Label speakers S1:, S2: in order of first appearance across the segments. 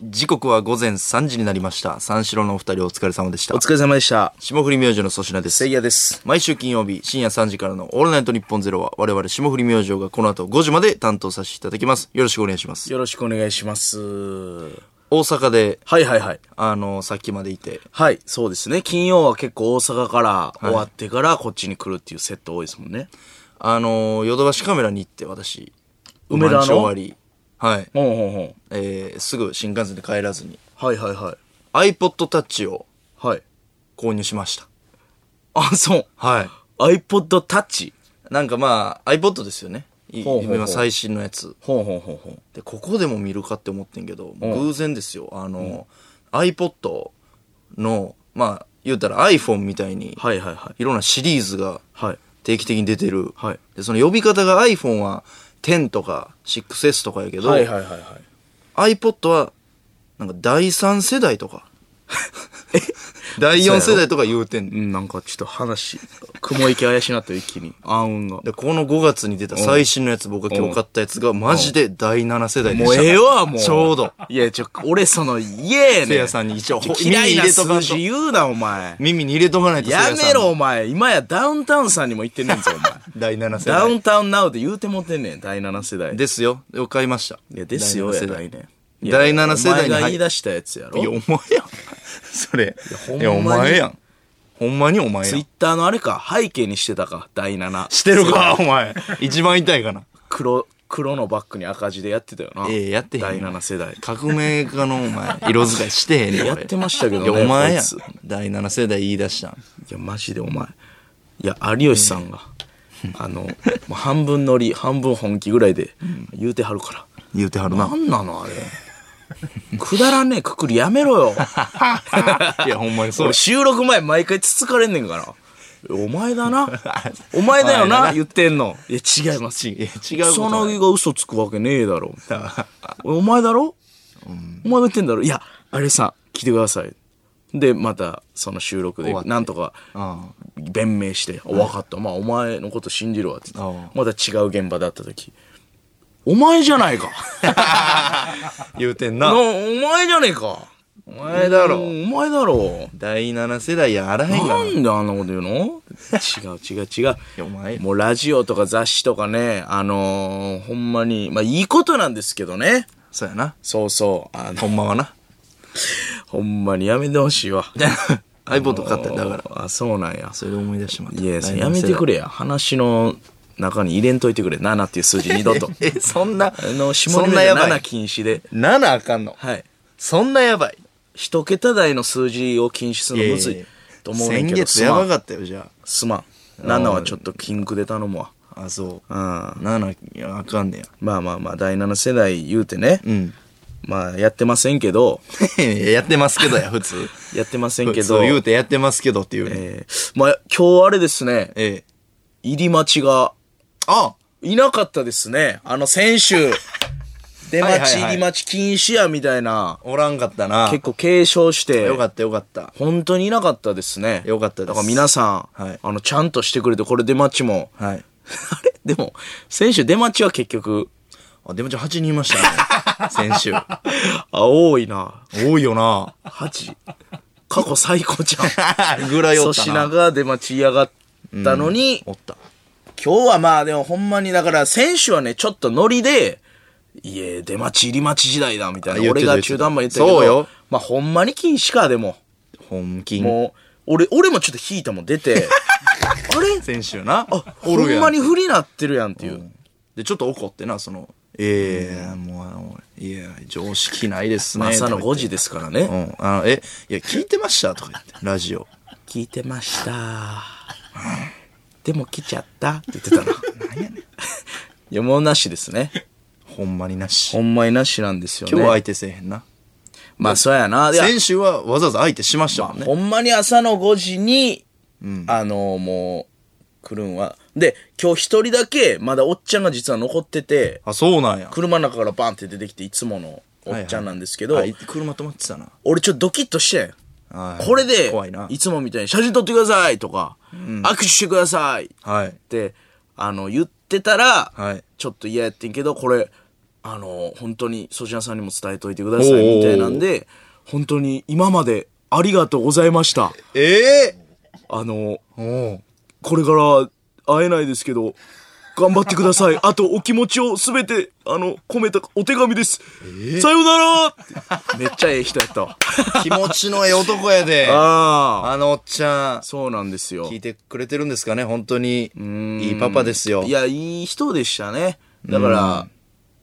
S1: 時刻は午前3時になりました。三四郎のお二人お疲れ様でした
S2: お。疲れ様でした。
S1: 霜降り明星の粗品です。
S2: せいやです。
S1: 毎週金曜日深夜3時からの「オールナイトニッポンゼロは我々霜降り明星がこの後5時まで担当させていただきます。よろしくお願いします。
S2: よろしくお願いします。
S1: 大阪で、
S2: はいはいはい。
S1: あの、さっきまでいて、
S2: はい、そうですね。金曜は結構大阪から終わってからこっちに来るっていうセット多いですもんね。
S1: あの、ヨドバシカメラに行って私、
S2: 梅
S1: ウ
S2: 田の
S1: マンチョ終わり。はい。
S2: ほうほうほ
S1: えー、すぐ新幹線で帰らずに、
S2: う。はいはいはい。
S1: iPod Touch を
S2: はい。
S1: 購入しました。
S2: あ、そう。
S1: はい。
S2: iPod Touch。
S1: なんかまあ、iPod ですよね。い
S2: ほうほうほう
S1: 今最新のやつ。
S2: ほうほうほうほう。
S1: で、ここでも見るかって思ってんけど、偶然ですよ。あの、iPod の、まあ、言うたら iPhone みたいに、
S2: はいはいはい。
S1: いろんなシリーズが
S2: はい。
S1: 定期的に出てる。
S2: はい
S1: で、その呼び方が iPhone は10とか 6S とかやけど、
S2: はいはいはいはい。
S1: iPod は、なんか第3世代とか、 第4世代とか言うてんねん
S2: うん、なんかちょっと話、雲行き怪しなって一気に。暗雲が。
S1: で、この5月に出た最新のやつ、僕が今日買ったやつが、マジで第7世代でし
S2: もう
S1: た。
S2: ええわ、もう。
S1: ちょうど。
S2: いや、ちょ、俺その、イエーね。
S1: せいやさんに一応、ほ
S2: 嫌い
S1: 耳に
S2: な
S1: 入れとかん
S2: 数
S1: と
S2: 字言うな、お前。
S1: 耳に入れとかないとせい
S2: や
S1: さんの
S2: めろ、お前。今やダウンタウンさんにも言ってんねんぞ、お前。
S1: 第7世
S2: ダウ
S1: 代。
S2: ンタウンナウで言うてもってんねん、第7世代。
S1: ですよ。で買いました。
S2: いや、ですよ、
S1: 第
S2: や
S1: 七世
S2: ない
S1: 代。
S2: ねん。いや
S1: 第7世代
S2: お
S1: に
S2: 前が
S1: 入
S2: 言い
S1: いや、
S2: 出したやつやろ。
S1: お前やん。 それ。
S2: ほんまに
S1: いや、お前やん。ほんまにお前や
S2: ツイッ
S1: ん。
S2: ターのあれか、背景にしてたか、第7。
S1: してるか、お前。一番痛いかな。
S2: 黒、黒のバッグに赤字でやってたよな。
S1: ええやってへん
S2: 第7世代。
S1: 革命家のお 前、色使いしてへんねん。
S2: やってましたけど
S1: い
S2: ね。
S1: や、お前
S2: こ
S1: や
S2: い
S1: ん
S2: つい。
S1: 第7世代言い出したん。
S2: や、マジでお前。いや、有吉さんが、あの、もう半分乗り、半分本気ぐらいで言うてはるから。
S1: 言うてはる
S2: な。んなのあれ。くだらねえくくりやめろよ。
S1: いや、ほんまに そう
S2: 俺。収録前毎回つつかれんねんから。お前だな。お前だ
S1: お
S2: よ
S1: 前だ
S2: な、
S1: な
S2: 言ってんの。いや、違います。
S1: ちいや違うこと
S2: 草
S1: ない
S2: 薙が嘘つくわけね えだろ。お前だろ、お前が言ってんだろいや、あれさ、聞いてください。で、また、その収録で
S1: 終わっ、て
S2: なんとか、
S1: うん
S2: 弁明して、分かった、まあ、お前のこと信じるわって言ってまた違う現場だった時、お前じゃないか。
S1: 言うてん
S2: な
S1: な。
S2: お前じゃねえか。お前
S1: だろ
S2: お前だろ。
S1: 第7世代やあらへんが
S2: な
S1: な。
S2: んであんなこと言うの違う違う違う。
S1: やお前
S2: もうラジオとか雑誌とかね、あのー、ほんまに、まあいいことなんですけどね。
S1: そうやな。
S2: そうそう。あの、
S1: ほんまはな。
S2: ほんまにやめてほしいわ。
S1: iPod 買ったんだから。
S2: ら。あ、そうなんや。
S1: それで思い出してまった。
S2: いや、やめてく
S1: れ。。
S2: れや。話の中に入れんといてくれ。7っていう数字二度と
S1: え、そんな、
S2: あの、下
S1: そん
S2: ネ
S1: な
S2: タ
S1: やば
S2: 7
S1: い。
S2: 禁止で。
S1: 7あかんの。
S2: はい。
S1: そんなやばい。
S2: 一桁台の数字を禁止するのむずいと思うねん
S1: 先
S2: けど。
S1: 月やばかったよ、じゃ
S2: すまん。7はちょっと禁句で頼むわ。
S1: あ。あ、そう。
S2: うん。
S1: 7、いやあかんねや。
S2: まあまあまあ、第7世代言うてね、
S1: うん。
S2: まあやってませんけど、
S1: やってますけど や、普通。
S2: やってません
S1: 普
S2: け
S1: 通
S2: ど、
S1: 言うてやってますけどっていうね。
S2: えーまあ今日あれですね、
S1: ええ。
S2: 入り待ちが
S1: あ
S2: いなかったですね。あの 先週、出
S1: はい
S2: 待
S1: はい
S2: ち
S1: はい
S2: 入り待ち禁止やみたいな、
S1: おらんかったな。
S2: 結構継承して
S1: よ、かったよかった。
S2: 本当にいなかったですね。
S1: よかったです
S2: だから皆さん、
S1: はい
S2: あの、ちゃんとしてくれて、これ出待ちも、
S1: はい。
S2: あれでも、先週出待ちは結局、
S1: あ、でもじゃあ8人いました ね。先週。
S2: あ、多いな。
S1: 多いよな。
S2: 8。過去最高じゃ ん。
S1: ぐらいお
S2: 粗
S1: った
S2: 品
S1: な。
S2: が出待ちやがったのに、
S1: おった。
S2: 今日はまあでもほんまにだから選手はねちょっとノリで「いえ出待ち入り待ち時代だ」みたい
S1: あ言
S2: な
S1: って
S2: 俺
S1: た
S2: が中断も言ってたけ
S1: そう
S2: ど
S1: よ
S2: まあほんまに禁止かでも
S1: 本気
S2: もう俺俺もちょっと引いたもん出 てあれ
S1: 先週な。あ
S2: ほんまに不利なってるやんっていう
S1: で、ちょっと怒ってな、その、ええもうあの、いや、常識ないですね。
S2: 朝の
S1: とか
S2: 5
S1: 言
S2: 時
S1: って
S2: ですからね
S1: うん。あの、え、いや、聞いてましたとか言って、ラジオ。
S2: 聞いてましたでも来ちゃったって言ってたな いやもうなしですね
S1: ほんまになし。
S2: ほんまになしなんですよね
S1: 今日は相手せえへんな。
S2: まあそうやないや
S1: 先週はわざわざ相手しましたもんね。
S2: ほんまに朝の5時に、あのもう、来るんは。で、今日一人だけ、まだおっちゃんが実は残ってて、
S1: あ、そうなんや。
S2: 車の中からバンって出てきて、いつものおっちゃんなんですけど、
S1: あい車止まってたな。
S2: 俺ちょっとドキッとしてん。
S1: はい
S2: これで
S1: 怖いな、
S2: いつもみたいに写真撮ってくださいとか、握手してくださいっ
S1: はい。
S2: て、あの、言ってたら、
S1: はい
S2: ちょっと嫌やってんけど、これ、あの、本当に粗品さんにも伝えといてくださいみたいなんで、本当に今までありがとうございました。
S1: え
S2: あの、
S1: えおう
S2: これから会えないですけど、頑張ってください。あ と、お気持ちをすべて、あの、込めたお手紙です。さようならってめっちゃええ人やったわ。
S1: 気持ちのええ男やで。 あ
S2: ああ。
S1: のおっちゃん、
S2: そうなんですよ
S1: 聞。いてくれてるんですかね本当に。いいパパですよ
S2: い。や、いい人でしたね。だから、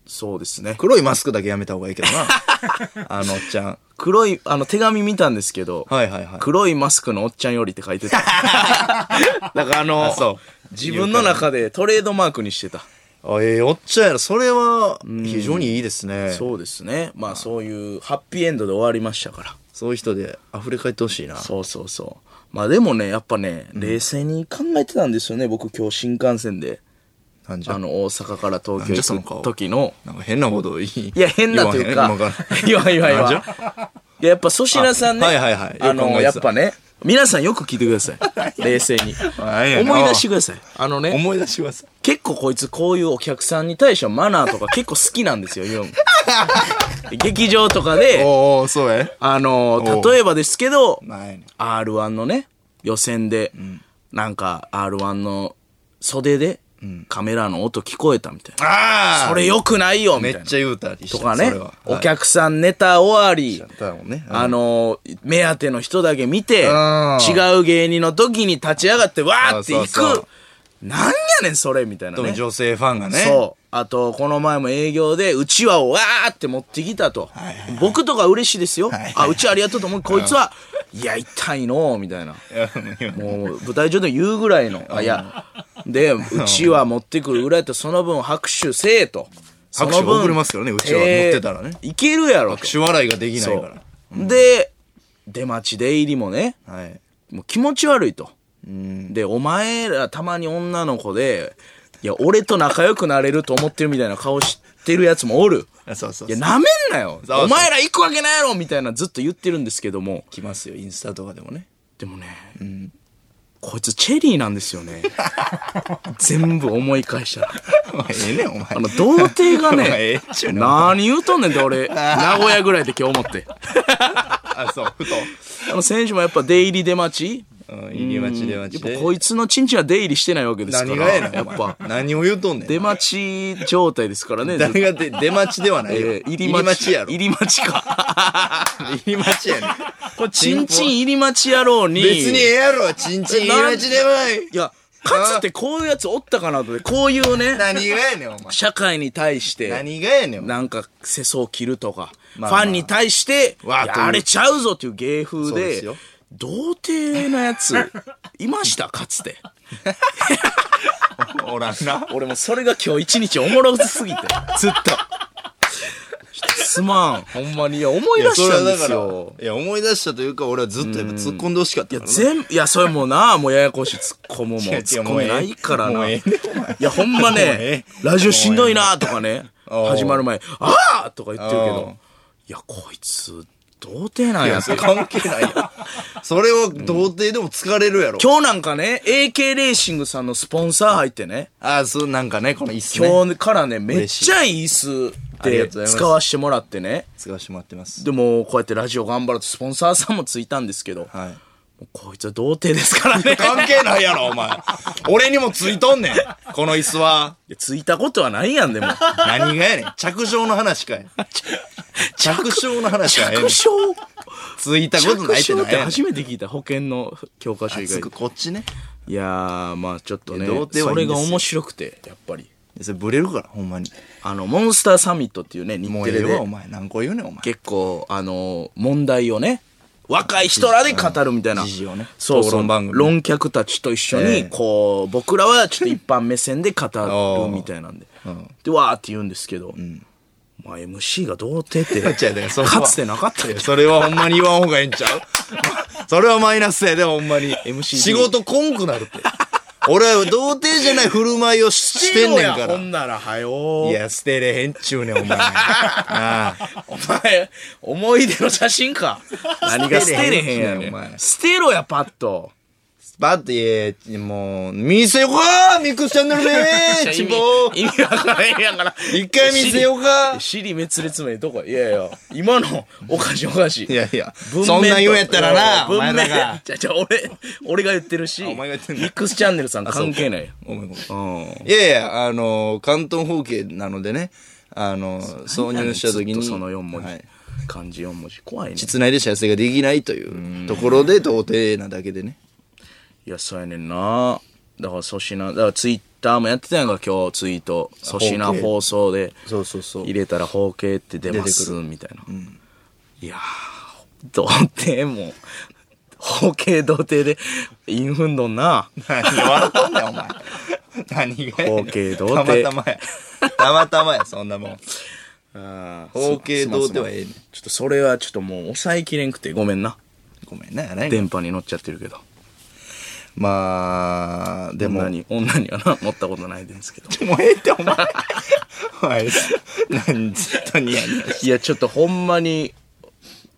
S2: そうですね。
S1: 黒いマスクだけやめた方がいいけど な。あのおっちゃん。
S2: 黒い、あの、手紙見たんですけど、
S1: はいはいはい。
S2: 黒いマスクのおっちゃんよりって書いてた。だからあの、
S1: あそう
S2: 自分の中でトレードマークにしてた。
S1: あええおっちゃんやな。それは、非常にいいですね。そう
S2: そうですね。まあそういうハッピーエンドで終わりましたから。
S1: いう人で溢れ返ってほしいな。
S2: そうそうそう。まあでもね、やっぱね、冷静に考えてたんですよね。僕今日新幹線で、
S1: なんじゃ
S2: あ。の、大阪から東
S1: なんじゃ
S2: 京
S1: その
S2: 行
S1: 顔
S2: く時の、
S1: なんか変なこといい。
S2: いや、変なというか
S1: 言わへん今ら、
S2: 言わん言わん言わん
S1: なん
S2: いや、やっぱ粗品さんね、
S1: あはいはいはい
S2: あ
S1: よく考
S2: の、
S1: えてた
S2: やっぱね、皆さんよく聞いてくださ い。冷静に。
S1: あええやな
S2: 思い出してください。あの ね、
S1: 思い出します。
S2: 結構こいつこういうお客さんに対してはマナー とか結構好きなんですよ、ユン。劇場とかで、
S1: おうおうそうや。
S2: あの
S1: おう
S2: 例えばですけど、
S1: なんやねん
S2: R1 のね、予選で、なんか R1 の袖で、カメラの音聞こえたみたいな。
S1: ああ
S2: それ良くないよみた
S1: め
S2: いな
S1: っ。ちゃ言うたりして
S2: とかね
S1: それは、
S2: お客さんネタ終わり、
S1: だもんね。
S2: あのー、目当ての人だけ見て、
S1: うん
S2: 違う芸人の時に立ち上がってわーって
S1: そ
S2: 行
S1: うそうそ
S2: く。なんやねん、それみたいな
S1: 特
S2: ね。
S1: に女性ファンがね。
S2: そう。あと、この前も営業で、うちわをわーって持ってきたと。僕とか嬉しいですよ。
S1: いはい
S2: あ、うちわありがとうと思う。こいつは、いや、痛いのーみたいな。
S1: いや。いや
S2: もう舞台上で言うぐらいの。あいや、で、うちは持ってくるぐらいと、その分拍手せえと。そ
S1: 拍
S2: の
S1: 手
S2: 分
S1: 送りますけどね、うちは持ってたらね。
S2: えーいけるやろと。
S1: 拍手笑いができな
S2: そ
S1: いから
S2: う。。で、出待ち出入りもね、
S1: はい。
S2: もう気持ち悪いと。で、お前らたまに女の子で、いや、俺と仲良くなれると思ってるみたいな顔してるやつもおる。
S1: あそうそう
S2: い
S1: そ
S2: や、
S1: う。
S2: なめんなよ
S1: そうそう
S2: お前ら行くわけないやろみたいなずっと言ってるんですけども。
S1: 来ますよ、インスタとかでも ね。
S2: でもね、こいつチェリーなんですよね。全部思い返したら。
S1: お前ええねん、お前
S2: あ。の、童貞が
S1: お前 ええ
S2: ね
S1: っちゅ、うね
S2: 何言うとんねんって俺、名古屋ぐらいで今日思って。
S1: あ、そう、ふと。
S2: あの、選手もやっぱ出入り出待ち
S1: うん、入り待ち出待ち
S2: やっ
S1: で
S2: ぱ。こいつのチンチンは出入りしてないわけですから。
S1: 何がやねん、
S2: や
S1: や
S2: っ
S1: っ
S2: ぱ
S1: ぱ。。何を言うとんねん。
S2: 出待ち状態ですからね。ずっと
S1: 誰が出出待ちではないよ。
S2: えー
S1: 入り待ちやろ。
S2: 入り待ちか。
S1: 入り待ちやねん。 こ
S2: チンチン入り待ち野郎に。
S1: 別にええやろ、ちんちん入り待ちではい。
S2: いや、かつてこういうやつおったかなと思って、こういうね、
S1: 何がやねん、お前。
S2: 社会に対して、
S1: 何がやねん、お前。
S2: なんか世相を切るとか、
S1: まあまあ
S2: ファンに対して、
S1: わあ
S2: いや
S1: という
S2: あれちゃうぞっていう芸風
S1: そうで
S2: で、
S1: すよ
S2: 童貞な やつ、いましたかつて。
S1: おらんな。
S2: 俺もそれが今日一日おもろすぎて。
S1: ずっと。
S2: すまん。ほんまに。いや、思い
S1: い
S2: 出
S1: や、そ
S2: し
S1: れ
S2: た
S1: は
S2: んで
S1: だか
S2: すよ。
S1: ら、いや、思い出したというか、俺はずっとやっぱ突っ込んでほしかったからな。
S2: 全部、いや、それもうな、もうややこしい、突っ込むも、
S1: いや
S2: 突っ込めないから
S1: もう
S2: な。
S1: え
S2: い
S1: えねお前
S2: や、ほんま
S1: もう
S2: ね
S1: ええ、
S2: ラジオしんどいなとかね、
S1: おう
S2: 始まる前、ああとか言ってるけ
S1: お
S2: ど
S1: う、
S2: いや、こいつ、童貞なん
S1: い
S2: や
S1: や、
S2: っ
S1: そ
S2: て
S1: れ。関係ないやんそれを童貞でも疲れるやろ。
S2: 今日なんかね、AK レーシングさんのスポンサー入ってね、
S1: ああ、そう、なんかね、この椅子ね。
S2: 今日からね、めっちゃいい椅
S1: ありがとうござい
S2: 子で
S1: ます
S2: 使わしてもらってね、
S1: 使わせてもらってます。
S2: でも、こうやってラジオ頑張るとスポンサーさんもついたんですけど、
S1: はい。
S2: もうこいつは童貞ですか らね。
S1: 関係ないやろ、お前。俺にもついとんねん。この椅子は。
S2: いやついたことはないやん、でも。
S1: 何がやねん。着床の話かい。着床の話かい。
S2: 着床
S1: ついたことないって
S2: 着
S1: な
S2: 床
S1: いやねん。
S2: 初めて聞いた保険の教科書以
S1: すぐ
S2: 外で
S1: こっちね。
S2: いやーまあちょっとね
S1: いや童貞
S2: そ
S1: はいい
S2: れ
S1: んです
S2: が
S1: よ
S2: 面白くてやっぱり
S1: それブレるから、ほんまに。
S2: あのモンスターサミットっていうね日
S1: もう
S2: テ
S1: ええ
S2: レ
S1: わ、
S2: で
S1: お前。何個言うねん、お前。
S2: 結構あの問題をね若い人らで語るみたいな。
S1: 時事をね
S2: そう
S1: 討
S2: そう。
S1: 論番組
S2: 論客たちと一緒
S1: え
S2: に
S1: え、
S2: こう、僕らはちょっと一般目線で語るみたいなんで。で、わーって言うんですけど、まあ MC が童貞 って、
S1: 違う違うそれは
S2: かつてなかった
S1: い
S2: よ
S1: や。それはほんまに言わん方がええんちゃうそれはマイナスやで、ほんまに。
S2: MCD
S1: 仕事こんくなるって。俺は童貞じゃない振る舞いをししてんねんか
S2: ほ
S1: ら。
S2: んなら、はよー
S1: いや、捨てれへんっちゅうねん、お前。 ああ。
S2: お前、 思い出の写真か。何が捨てれへんやねん、
S1: お
S2: お前。
S1: 前
S2: 捨てろや、パッと。
S1: スパッと言え、もう、見せようかミックスチャンネルで
S2: 意味
S1: ちぼ
S2: 意味わからへんやから。
S1: 一回見せようか
S2: 尻滅裂名どこいやいや、今のおかしいおかしい。
S1: いやいや、
S2: 文面と
S1: そんなん言うんやったらな、お
S2: 文
S1: 前ら
S2: 面
S1: が。
S2: じゃじゃ俺、俺が言ってるし、
S1: お前が言ってんだ
S2: ミックスチャンネルさん関係ない。
S1: ごめんごめん
S2: うん。
S1: いやいや、あの、関東方形なのでね、あの、挿入した時
S2: ずっ
S1: に、
S2: とその4文字。
S1: はい
S2: 漢字4文字。怖いね。
S1: 室内で射精ができないというところで、童貞なだけでね。
S2: いや、そうやねんな。だから粗品、だからツイッターもやってたやんか、今日ツイート。粗品
S1: 方形
S2: 放送で。
S1: そうそうそう
S2: 入れたら包茎って出ますみたいな、いやー童貞も包茎童貞でインフンドンな
S1: 何笑っとんねん、お前。何がやねん
S2: 包茎童貞
S1: たまたまや。たまたまや、そんなもん。包茎童貞はええねん
S2: すまんすまんちょっとそれはちょっともう抑えきれんくてごめんな
S1: ごめんな、やないねん
S2: 電波に乗っちゃってるけど
S1: まあ、でも
S2: 女。に女にはな持ったことないですけど
S1: もうええって、お前。お前、何、ずっとニヤニヤして
S2: いやちょっとほんまに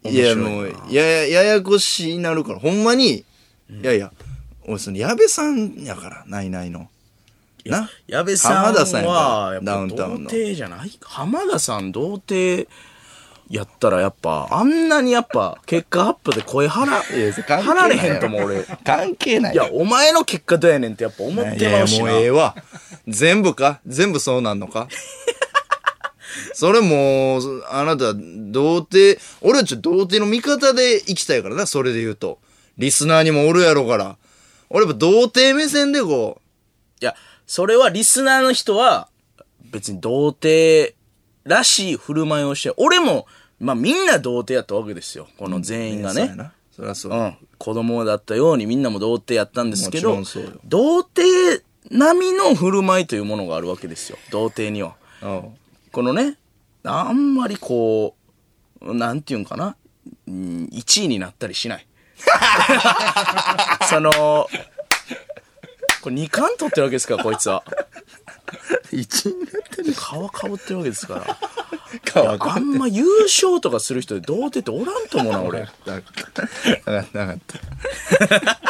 S1: いや、もう、やや、ややこしになるから、ほんまに、いやいや、俺、その、矢部さんやから、ないないの。な
S2: 矢部さん
S1: 浜田さんや
S2: はや
S1: から
S2: っ
S1: ダウ
S2: ぱ
S1: ンタウ
S2: 童
S1: ンの。
S2: 貞じゃない浜田さん童貞やったらやっぱあんなにやっぱ結果アップで声張ら
S1: いやそれ関係
S2: 張ら
S1: ない
S2: れへんと思う俺い
S1: 関係ない
S2: や
S1: よ
S2: お前の結果どうやねんってやっぱ思っ
S1: い
S2: て
S1: や
S2: ま
S1: いや
S2: うし
S1: もう
S2: な
S1: ええわ。全部か全部そうなんの かそれもう、あなた、童貞、俺はちょっと童貞の味方で生きたいからな、それで言うと。リスナーにもおるやろから。俺やっぱ童貞目線でこ
S2: いやそれはリスナーの人は別に童貞らしい振る舞いをして俺もまあみんな童貞やったわけですよこの
S1: う。
S2: 全員が
S1: そう
S2: ね
S1: やな。そりゃそうう。
S2: ん、子供だったようにみんなも童貞やったんですけど
S1: もちろんそうよ
S2: 童貞並みの振る舞いというものがあるわけですよ童貞には
S1: うん
S2: このねあんまりこうなんていうんかな1位になったりしない そのこれ2冠取ってるわけですからこいつは
S1: 一位になってる。
S2: 皮かぶってるわけですから
S1: か
S2: いやあんま優勝とかする人で童貞っておらんと思うな俺
S1: なかった。なかった。なかった。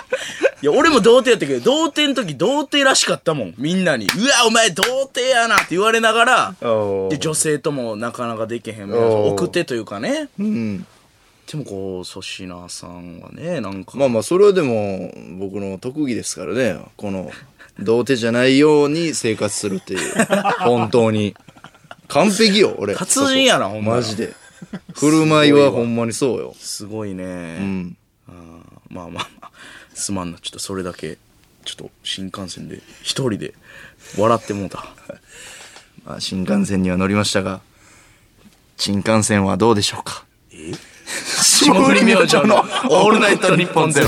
S2: いや、俺も童貞やったけど、童貞の時童貞らしかったもん。みんなに。うわ、お前童貞やなって言われながら、
S1: おー
S2: で、女性ともなかなかできへん。
S1: おー
S2: 奥手というかね。
S1: うん。
S2: でもこう、粗品さんはね、なんか。
S1: まあまあ、それはでも、僕の特技ですからね。この、童貞じゃないように生活するっていう。 本当に。完璧よ、俺。
S2: 達人やなほんま
S1: マジで。振る舞いはほんまにそうよ。
S2: すごいね。
S1: うん。
S2: あーまあまあまあ、すまんな。ちょっとそれだけ、ちょっと新幹線で、一人で、笑っても うた。
S1: まあ、新幹線には乗りましたが、新幹線はどうでしょうか。
S2: え
S1: 霜降り明星 のオールナイトニッポンゼロ。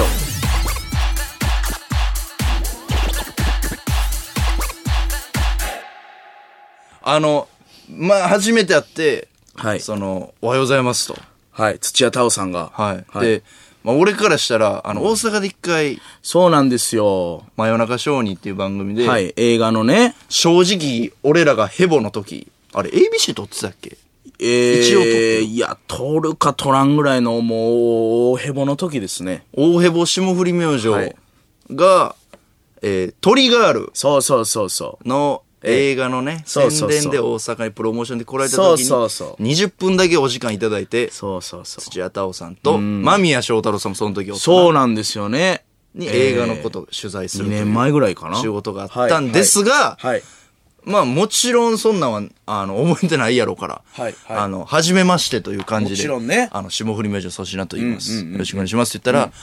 S1: あの、まあ、初めて会って、
S2: はい
S1: その、おはようございますと。
S2: はい、土屋太鳳さんが。
S1: はい。
S2: はい
S1: で、まあ、俺からしたら、あの、大阪で一回、
S2: そうなんですよ。
S1: 真夜中小児っていう番組で、
S2: はい、映画のね、
S1: 正直、俺らがヘボの時、あれ、ABC 撮ってたっけ
S2: えー、
S1: 一応取ってる
S2: いや、取るか取らんぐらいの、もう、大ヘボの時ですね。
S1: 大ヘボ霜降り明星
S2: はい
S1: が、えートリガール
S2: そうそうそうそう。
S1: の映画のね、
S2: そうそうそう
S1: 宣伝で大阪にプロモーションで来られた
S2: そう
S1: 時に、
S2: そうそう
S1: 20分だけお時間いただいて、
S2: そうそうそう。
S1: 土屋太鳳さんと、間宮祥太朗さんもその時おったな
S2: そうなんですよね。
S1: に
S2: えー
S1: 映画のことを取材する
S2: 2
S1: という
S2: 年前ぐらいかな。
S1: 仕事があったんですが、
S2: はい。はい。
S1: まあもちろんそんなんは、あの、覚えてないやろうから、
S2: はいはい
S1: あの、初めましてという感じで、
S2: もちろんね
S1: あの、霜降り明星粗品と言います、よろしくお願いしますって言ったら、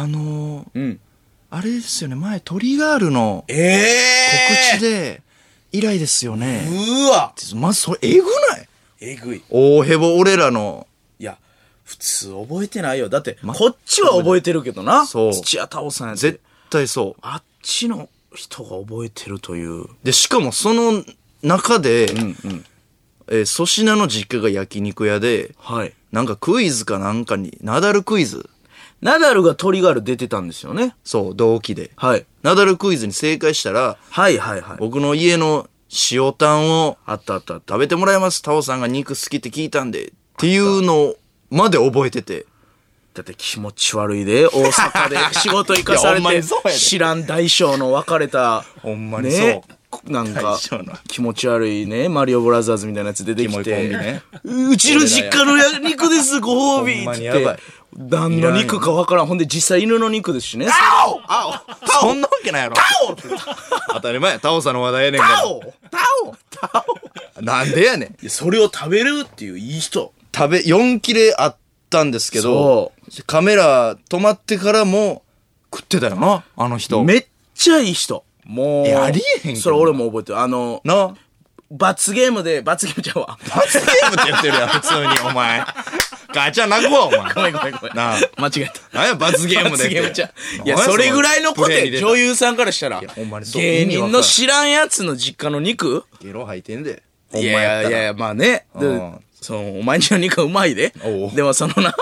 S1: あのー
S2: うん。
S1: あれですよね、前トリガールの
S2: え
S1: 告知
S2: え
S1: で、以来ですよね。
S2: うわ
S1: まずそれ、えぐない
S2: えぐい。
S1: 大ヘボ俺らの、
S2: いや、普通覚えてないよ。だって、こっちは覚えてるけどな。
S1: そう
S2: 土屋太鳳さんや
S1: 絶
S2: つ。
S1: 対そう。
S2: あっちの人が覚えてるという。
S1: で、しかもその中で、えー粗品の実家が焼肉屋で、
S2: はい。
S1: なんかクイズかなんかに、ナダルクイズ
S2: ナダルがトリガール出てたんですよね。
S1: そう、同期で。
S2: はい。
S1: ナダルクイズに正解したら、
S2: はいはいはい。
S1: 僕の家の塩タンを
S2: あったあったあった。
S1: 食べてもらいます。タオさんが肉好きって聞いたんで、っていうのまで覚えてて。
S2: だって気持ち悪いで、大阪 で仕事行かされ
S1: いやほんま
S2: て
S1: にそうや、で
S2: 知らん大将の別れた、
S1: ほんまに
S2: ねなんか
S1: 大将の、
S2: 気持ち悪いね、マリオブラザーズみたいなやつ出て
S1: キモ
S2: き
S1: いコンビね
S2: て、うちの実家の焼肉です、ご褒美
S1: ほんまに
S2: っ
S1: や
S2: て
S1: ばい。
S2: 何の肉かわからん。ほんで実際犬の肉ですしね。
S1: タオそんなわけないやろ。タオ当たり前や。タオさんの話題やねんから。
S2: タオタオ
S1: なんでやねん。
S2: いやそれを食べるっていういい人。
S1: 食べ、4切れあったんですけど
S2: そ、
S1: カメラ止まってからも食ってたよな、あの人。
S2: めっちゃいい人。もう。
S1: いやありえへんけどな
S2: それ俺も覚えてる。あの、
S1: な
S2: 罰ゲームで、罰ゲームちゃう わ。
S1: 罰ゲームって言ってるやん、普通に、お前。ガチャ泣くわ、お前。
S2: ごめんごめんごめん。
S1: なあ
S2: 間違えた。
S1: 何や、罰ゲームでって。
S2: 罰ゲーム ちゃういや、
S1: 何
S2: それぐらいのこ
S1: プレーに
S2: と
S1: 出
S2: や
S1: た
S2: 女優さんからしたら
S1: やほんまに、そう
S2: 芸
S1: 意味わからん
S2: 人の知らんやつの実家の肉
S1: ゲロ吐いてんで。ほん
S2: い
S1: まやっ
S2: やい
S1: た
S2: や
S1: ら
S2: いや、まあね。で
S1: うん
S2: そのお前んちの肉はうまいで
S1: おう。
S2: でもそのな、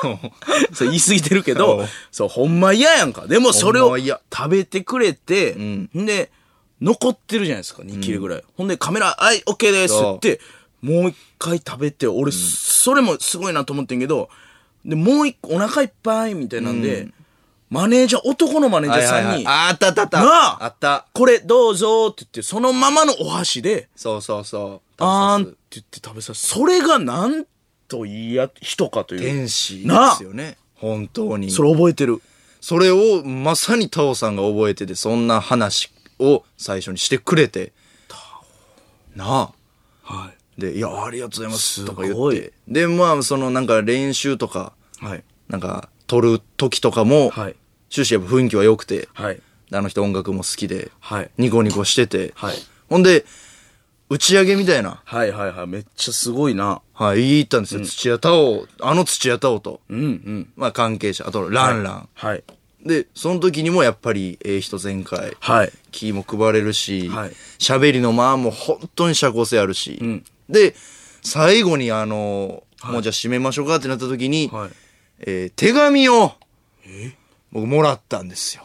S2: そう言い過ぎてるけ
S1: お
S2: ど
S1: う、
S2: そう、ほんま嫌やんか。でもそれ
S1: ほん
S2: を
S1: ま嫌
S2: 食べてくれて、
S1: ん
S2: んで、残ってるじゃないですか、2切れぐらい。ほんでカメラ、はい、OK です
S1: そう
S2: って、もう一回食べて、俺、それもすごいなと思ってんけど、で、もう一個お腹いっぱいみたいなんで、マネージャー、男のマネージャー
S1: はい
S2: さ
S1: は
S2: ん
S1: い
S2: に、
S1: はいあったあったあった。
S2: なあ
S1: あった。
S2: これどうぞって言って、そのままのお箸で、
S1: そうそうそう。
S2: あーんって言って食べさせそれがなんといいや人かという
S1: 天使で
S2: なあ
S1: すよね。本当に。
S2: それ覚えてる
S1: それをまさにタオさんが覚えてて、そんな話を最初にしてくれて。なあ。
S2: は
S1: で、いや、ありがとうございます。とか
S2: す
S1: 言っ
S2: ごい
S1: て。で、まあ、そのなんか練習とか、
S2: いはい
S1: なんか撮る時とかも、
S2: はい
S1: 終始やっぱ雰囲気は良くて、
S2: はい
S1: あの人音楽も好きで、
S2: はい
S1: ニコニコしてて、
S2: はい
S1: ほんで、打ち上げみたいな、
S2: はいはいはいめっちゃすごいな
S1: はい、言い行ったんですよ。土屋太鳳、あの土屋太鳳と、
S2: うんうん
S1: まあ関係者、あとランラン。
S2: はい
S1: で、その時にもやっぱり、ええ人全開。
S2: はい
S1: 気も配れるし
S2: はい、
S1: 喋、りの間も本当に社交性あるし、で、最後にあの、もうじゃあ締めましょうかってなった時に、
S2: はい
S1: えー手紙を、僕もらったんですよ。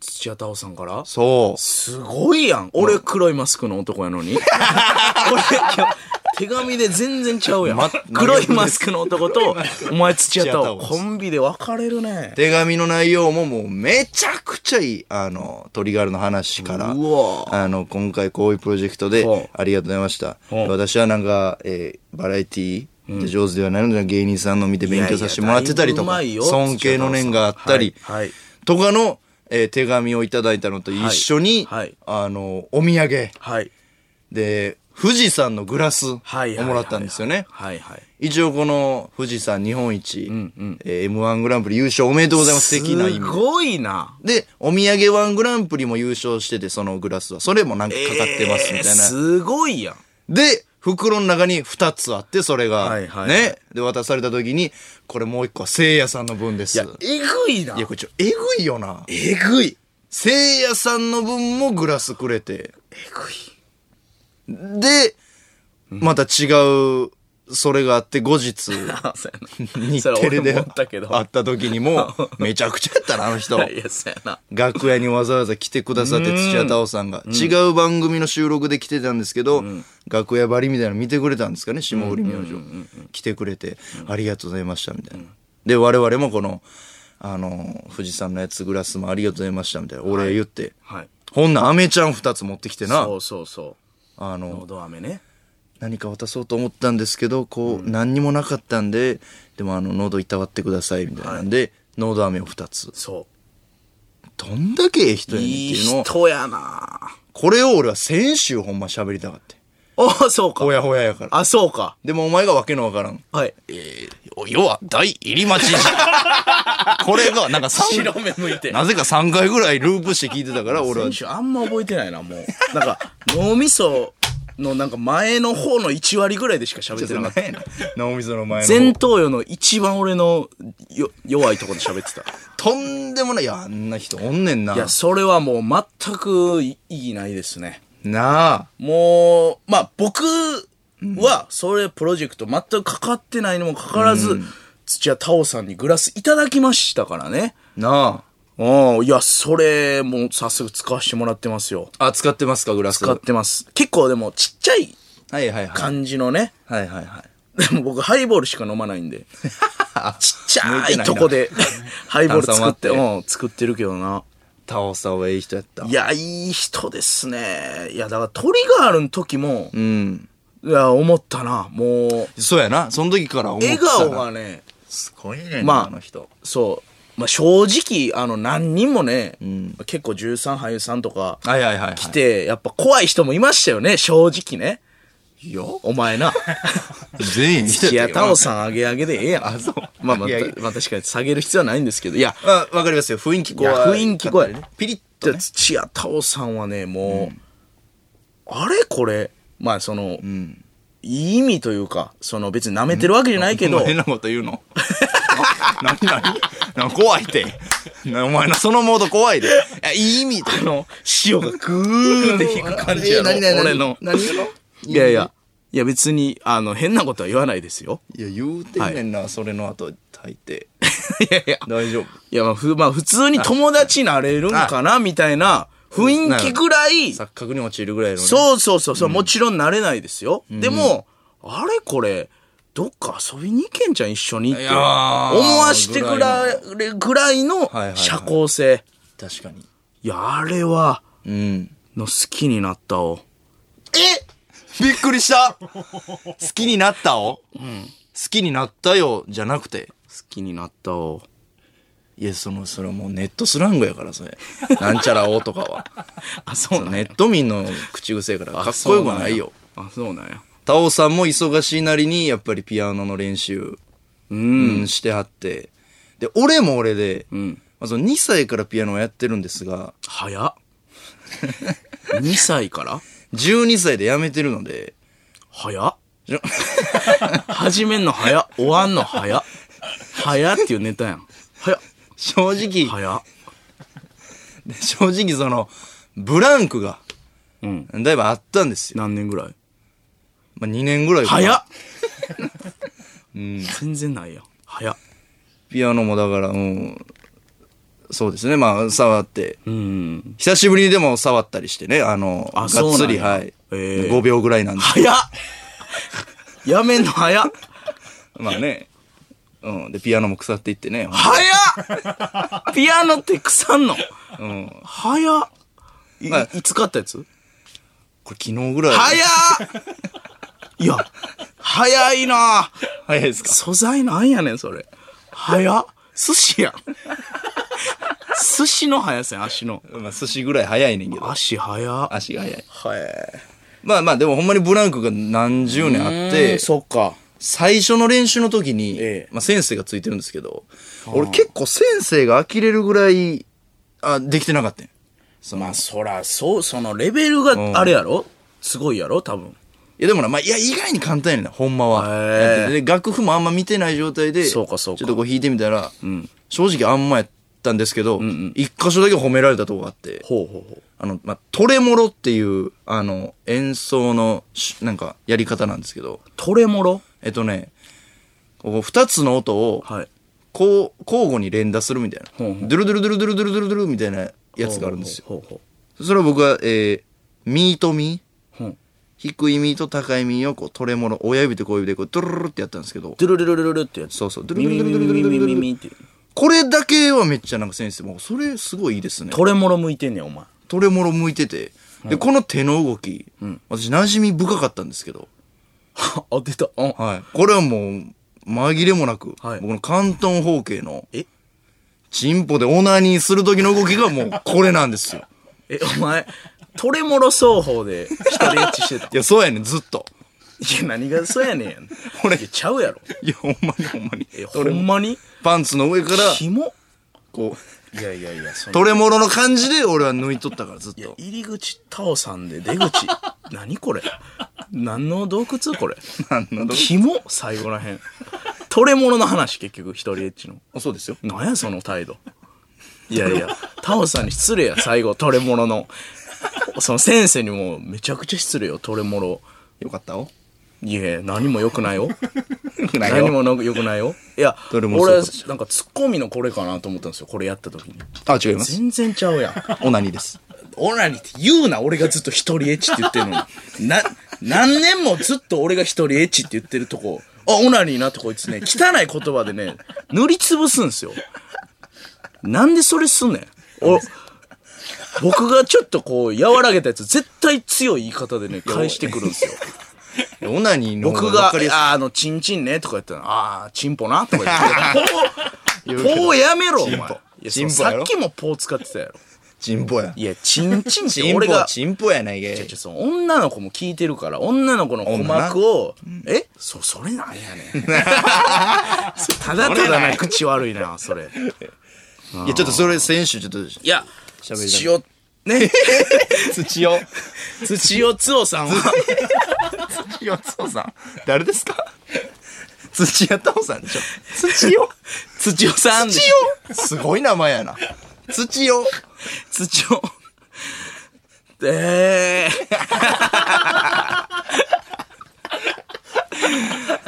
S2: 土屋太鳳さんから
S1: そう。
S2: すごいやん俺黒いマスクの男 やのにこれいや手紙で全然ちゃうやん、
S1: ま
S2: 黒いマスクの男とお前土屋
S1: 土
S2: 太
S1: 屋
S2: 鳳
S1: 太
S2: コンビで分かれるね
S1: 手紙の内容ももうめちゃくちゃいい。あの、トリガルの話から。
S2: うわ
S1: あの、今回こういうプロジェクトで
S2: ほう
S1: ありがとうございました。
S2: ほう
S1: 私はなんか、えーバラエティーで上手ではないので、芸人さんの見て勉強させてもらってたりとか、
S2: いやいやだいぶうまいよ
S1: 尊敬の念があったり、
S2: はいはい
S1: とかの、えー手紙をいただいたのと一緒に、
S2: はいはい
S1: あの、お土産
S2: はい
S1: で、富士山のグラスをも
S2: はいはい
S1: らったんですよね。
S2: はいはい
S1: 一応この富士山日本一、えー M1 グランプリ優勝おめでとうございます的な意味で
S2: すごいな
S1: で、お土産ワングランプリも優勝してて、そのグラスは。それもなんかかかってますみたい
S2: え
S1: な。
S2: ーすごいやん。
S1: で、袋の中に2つあって、それが。
S2: はいはいはい
S1: ね。で、渡された時に、これもう1個は聖夜さんの分です。いや、
S2: えぐいな
S1: これちょ、えぐいよな。
S2: えぐい。
S1: 聖夜さんの分もグラスくれて。
S2: えぐい。
S1: で、また違う、それがあって、後日、
S2: あ、そうやな。
S1: 日
S2: それ
S1: テレで会
S2: 俺も思ったけど。
S1: った時に も、めちゃくちゃやったな、あの人。
S2: いや、そうやな。
S1: 楽屋にわざわざ来てくださって土屋太鳳さんが違う番組の収録で来てたんですけど、楽屋張りみたいなの見てくれたんですかね霜降り明星、来てくれて、ありがとうございましたみたいな、で我々もこのあの富士山のやつグラスもありがとうございましたみたいなお礼言って、
S2: はい。
S1: ほんなんアメちゃん2つ持ってきてな
S2: そうそうそ
S1: あ
S2: う。
S1: の
S2: のど飴ね。
S1: 何か渡そうと思ったんですけどこう、何にもなかったんででもあの喉いたわってくださいみたいなんで、喉飴を2つ
S2: そ
S1: どんだけええ人
S2: う。
S1: やねんって
S2: いい
S1: いうのを
S2: 人やな。
S1: これを俺は先週ほんま喋りたかった。
S2: あ、そうか
S1: ほ。やほややから。
S2: あ、そうか。
S1: でもお前がわけのわからん。
S2: はい。
S1: えー、要は大入り待ちじゃん。 これが、なんか三
S2: 白目向いて。
S1: なぜか3回ぐらいループして聞いてた から、俺は
S2: 選。手あんま覚えてないな、もう。なんか、脳みそのなんか前の方の1割ぐらいでしか喋ってなかった。
S1: 脳みその前の
S2: 前
S1: 方。
S2: 頭葉の一番俺のよ弱いところで喋ってた。。
S1: とんでもない。いや、あんな人おんねんない
S2: や、それはもう全く意義ないですね。
S1: なあ。
S2: もう、まあ僕は、それプロジェクト全くかかってないにもかかわらず、土屋太鳳さんにグラスいただきましたからね。
S1: な
S2: うん、いや、それ、もう早速使わせてもらってますよ。
S1: あ。あ、使ってますか、グラス。
S2: 使ってます。結構でもちっちゃい
S1: はいはいはい。
S2: 感じのね。
S1: はいはいはい。
S2: でも僕ハイボールしか飲まないんで。ちっちゃ
S1: 向いて
S2: い
S1: ないな
S2: とこでハイボール
S1: 炭
S2: 作
S1: 酸
S2: って、
S1: 割
S2: うん、作ってるけどな。
S1: 倒した方がいい人やった
S2: い。や、いい人ですね。いや、だからトリガールの時も
S1: う、ん。
S2: いや、思ったな。もう、
S1: そうやな。その時から思って
S2: 笑
S1: たな
S2: 顔がね、
S1: すごいね、
S2: まあ
S1: あの人。
S2: そう、まあ、正直、あの、何人もね、
S1: ん
S2: 結構13俳優さんとか
S1: はいはいはい、はい。
S2: 来。て、やっぱ怖い人もいましたよね、正直ね。
S1: いや
S2: お前な。
S1: 全員来て
S2: 土
S1: た
S2: 屋
S1: よ
S2: 太鳳さんあげあげでええやん。
S1: あそう
S2: まあまあ、
S1: いやいや
S2: まあ確かに下げる必要はないんですけど、いや、
S1: まあ、わかりますよ。雰囲気怖い。
S2: いや雰囲気怖いね
S1: ピリッ
S2: じ
S1: と、
S2: ゃあ
S1: ね。
S2: 土屋太鳳さんはね、もう、あれこれ、まあその、
S1: うん。
S2: いい意味というか、その別に舐めてるわけじゃないけど、
S1: お前変なこと言う の。なになになんか怖いって。なお前な、そのモード怖いで。いや、いい意味
S2: あの、潮がグーって引く感じやろ、
S1: えー何々
S2: 俺の。
S1: 何言うの
S2: いやいや、いや別に、あの、変なことは言わないですよ。
S1: いや、言うてんねんな、それの後、大抵。
S2: いやいや、
S1: 大丈夫。
S2: いやまあ、ふまあ、普通に友達になれるんかな、みたいな雰囲気ぐらい、
S1: 錯覚に陥るぐらいの、ね。う。
S2: そうそうそうそう、もちろんなれないですよ。でも、あれこれ、どっか遊びに行けんじゃん、一緒にって。
S1: い
S2: 思
S1: やー
S2: わしてくられぐらいの
S1: はいはい
S2: 社交性。
S1: 確かに。
S2: いや、あれは、
S1: うん。
S2: の好きになったを。
S1: えびっくりした好きになったを、好きになったよ、じゃなくて。
S2: 好きになったを。
S1: いや、その、それはもうネットスラングやから、それ。なんちゃらおとかは。
S2: あ、そう
S1: ネット民の口癖やから、かっこよくないよ。。
S2: あ、そうなんや。
S1: タオさんも忙しいなりに、やっぱりピアノの練習、
S2: う。
S1: うんん、してはって。で、俺も俺で、
S2: うん。
S1: まあ、その2歳からピアノをやってるんですが、
S2: 早っ。2歳から
S1: 12歳で辞めてるので、
S2: 早っ。
S1: じゃ
S2: 始めんの早っ。終わんの早っ。早っっていうネタやん。早っ。
S1: 正直、
S2: 早っ。
S1: 正直その、ブランクが、
S2: うん。
S1: だいぶあったんですよ。
S2: 何年ぐらい
S1: まあ、2年ぐらいかな
S2: 早っ、全然ないやん。早っ。
S1: ピアノもだから、うん、そうですね、まあ、触って。
S2: うん。
S1: 久しぶりにでも触ったりしてね、あの、
S2: あ
S1: がっ
S2: そう
S1: つ
S2: なん
S1: り、
S2: や
S1: はい、
S2: ええ
S1: 5秒ぐらいなんで。
S2: 早っやめんの早っ
S1: まあね。うん。で、ピアノも腐っていってね。
S2: 早 っピアノって腐んの
S1: うん。
S2: 早っい,、
S1: まあ
S2: いつ買ったやつ
S1: これ昨日ぐらい。
S2: 早っいや、早いな
S1: 早いですか
S2: 素材なんやねん、それ。早っ寿司やん。 寿司の速さやん、足の。
S1: まあ、寿司ぐらい早いねんけど。
S2: 足早っ。
S1: 足が早い。
S2: はい。
S1: まあまあ、でもほんまにブランクが何十年あって、
S2: そっか。
S1: 最初の練習の時に、
S2: ええ
S1: まあ先生がついてるんですけど、俺結構先生が呆れるぐらい、あ、できてなかったんや
S2: まあ、そら、そう、そのレベルがあれやろ、すごいやろ多分。
S1: いやでもな、まあ、いや、意外に簡単やねんな、ほんまは。
S2: へえ
S1: やっててで、楽譜もあんま見てない状態で、
S2: そうかそうか
S1: ちょっとこう弾いてみたら、正直あんまやったんですけど、一箇所だけ褒められたとこがあって、
S2: ほうほうほう。
S1: あの、まあ、トレモロっていう、あの、演奏のし、なんか、やり方なんですけど、
S2: トレモロ
S1: えっとね、こう、二つの音を、
S2: はい。
S1: こう、交互に連打するみたい
S2: ほうほ
S1: な。ドゥルドゥルドゥルドゥルドゥルドゥルドゥルみたいなやつがあるんですよ。
S2: ほうほう
S1: それを僕は、えー、ミートミー
S2: ほうほう。
S1: 低いミーと高いミーをこう、トレモロ、親指と小指でこう、ドゥルルルってやったんですけど、
S2: ドゥルルルルルルってやつ。
S1: そうそう、ドゥ
S2: ミ
S1: ルル
S2: ミ
S1: ルルルル
S2: ミミ
S1: ル
S2: ミ
S1: ルル
S2: ミ
S1: ル
S2: ミって。
S1: これだけはめっちゃなんか先生も、それすごいいいですね。
S2: トレモロ向いてんねん、お前。
S1: トレモロ向いてて。で、この手の動き、私馴染み深かったんですけど、
S2: あ、出た。うん。
S1: はい。これはもう、紛れもなく、
S2: はい
S1: 僕の関東方形の、
S2: え
S1: チンポでオナニーする時の動きがもう、これなん ですよ。
S2: え、お前、トレモロ奏法で一人エッチしてた。
S1: いや、そうやねん、ずっと。
S2: いや、何がそうやねんやん。
S1: 俺
S2: いやちゃうやろ。
S1: いや、ほんまにほんまに。
S2: え、ほ
S1: トレ
S2: んまに
S1: パンツの上から、
S2: キモ
S1: こ、
S2: いやいやいや、そうの
S1: トレモロの感じで俺は抜いとったから、ずっ
S2: いや
S1: と、。
S2: 入り口、タオさんで出 口。何これ何の洞窟これ。
S1: なんなど。
S2: キモ最後らへん。トレモロの話、結局、一人エッチの。
S1: あそうですよ。
S2: なんや、その態度。いやいや、タオさんに失礼や、最後、トレモロの。その先生にも、めちゃくちゃ失礼よ、トレモロ。
S1: よかったお。
S2: いや、何も良くないよ。
S1: ないよ
S2: 何もの良くないよ。いや、
S1: どれもそう
S2: 俺
S1: かもし、
S2: なんかツッコミのこれかなと思ったんですよ。これやった時に。
S1: あ、違います。
S2: 全然ちゃうやん。
S1: オナニーです。
S2: オナニーって言うな、俺がずっと一人エッチって言ってるの に。な、何年もずっと俺が一人エッチって言ってるとこ、あ、オナニーなってこいつね、汚い言葉でね、塗りつぶすんすよ。なんでそれすんねん。お、僕がちょっとこう、和らげたやつ、絶対強い言い方でね、返してくる んですよ。
S1: オナニーの方
S2: 僕
S1: わ
S2: が、
S1: かりやすい
S2: あーあの、チンチンね、とか言ったら、ああ、チンポな、とか言 って、ポー、ポーやめろ、お前。いや
S1: チンポ
S2: その
S1: やろ
S2: さっきもポー使ってたやろ。
S1: チンポや。
S2: いや、チンチンっ
S1: チ
S2: て
S1: ン
S2: 俺
S1: ポ
S2: が
S1: は、チンポやないけ
S2: いやちょその女の子も聞いてるから、女の子の鼓膜を、えそ、それなんや ねん。ただただな口悪いな、そ
S1: い
S2: れ。
S1: や、ちょっとそれ先週ちょっと、
S2: いや、
S1: 喋りたい
S2: 土尾、ね、
S1: 土を
S2: 土尾つおさん は、
S1: 土尾父さん。誰ですか土屋太鳳さんでしょ土尾
S2: 土尾さんで
S1: 土
S2: し
S1: 尾すごい名前やな。土尾
S2: 土尾。え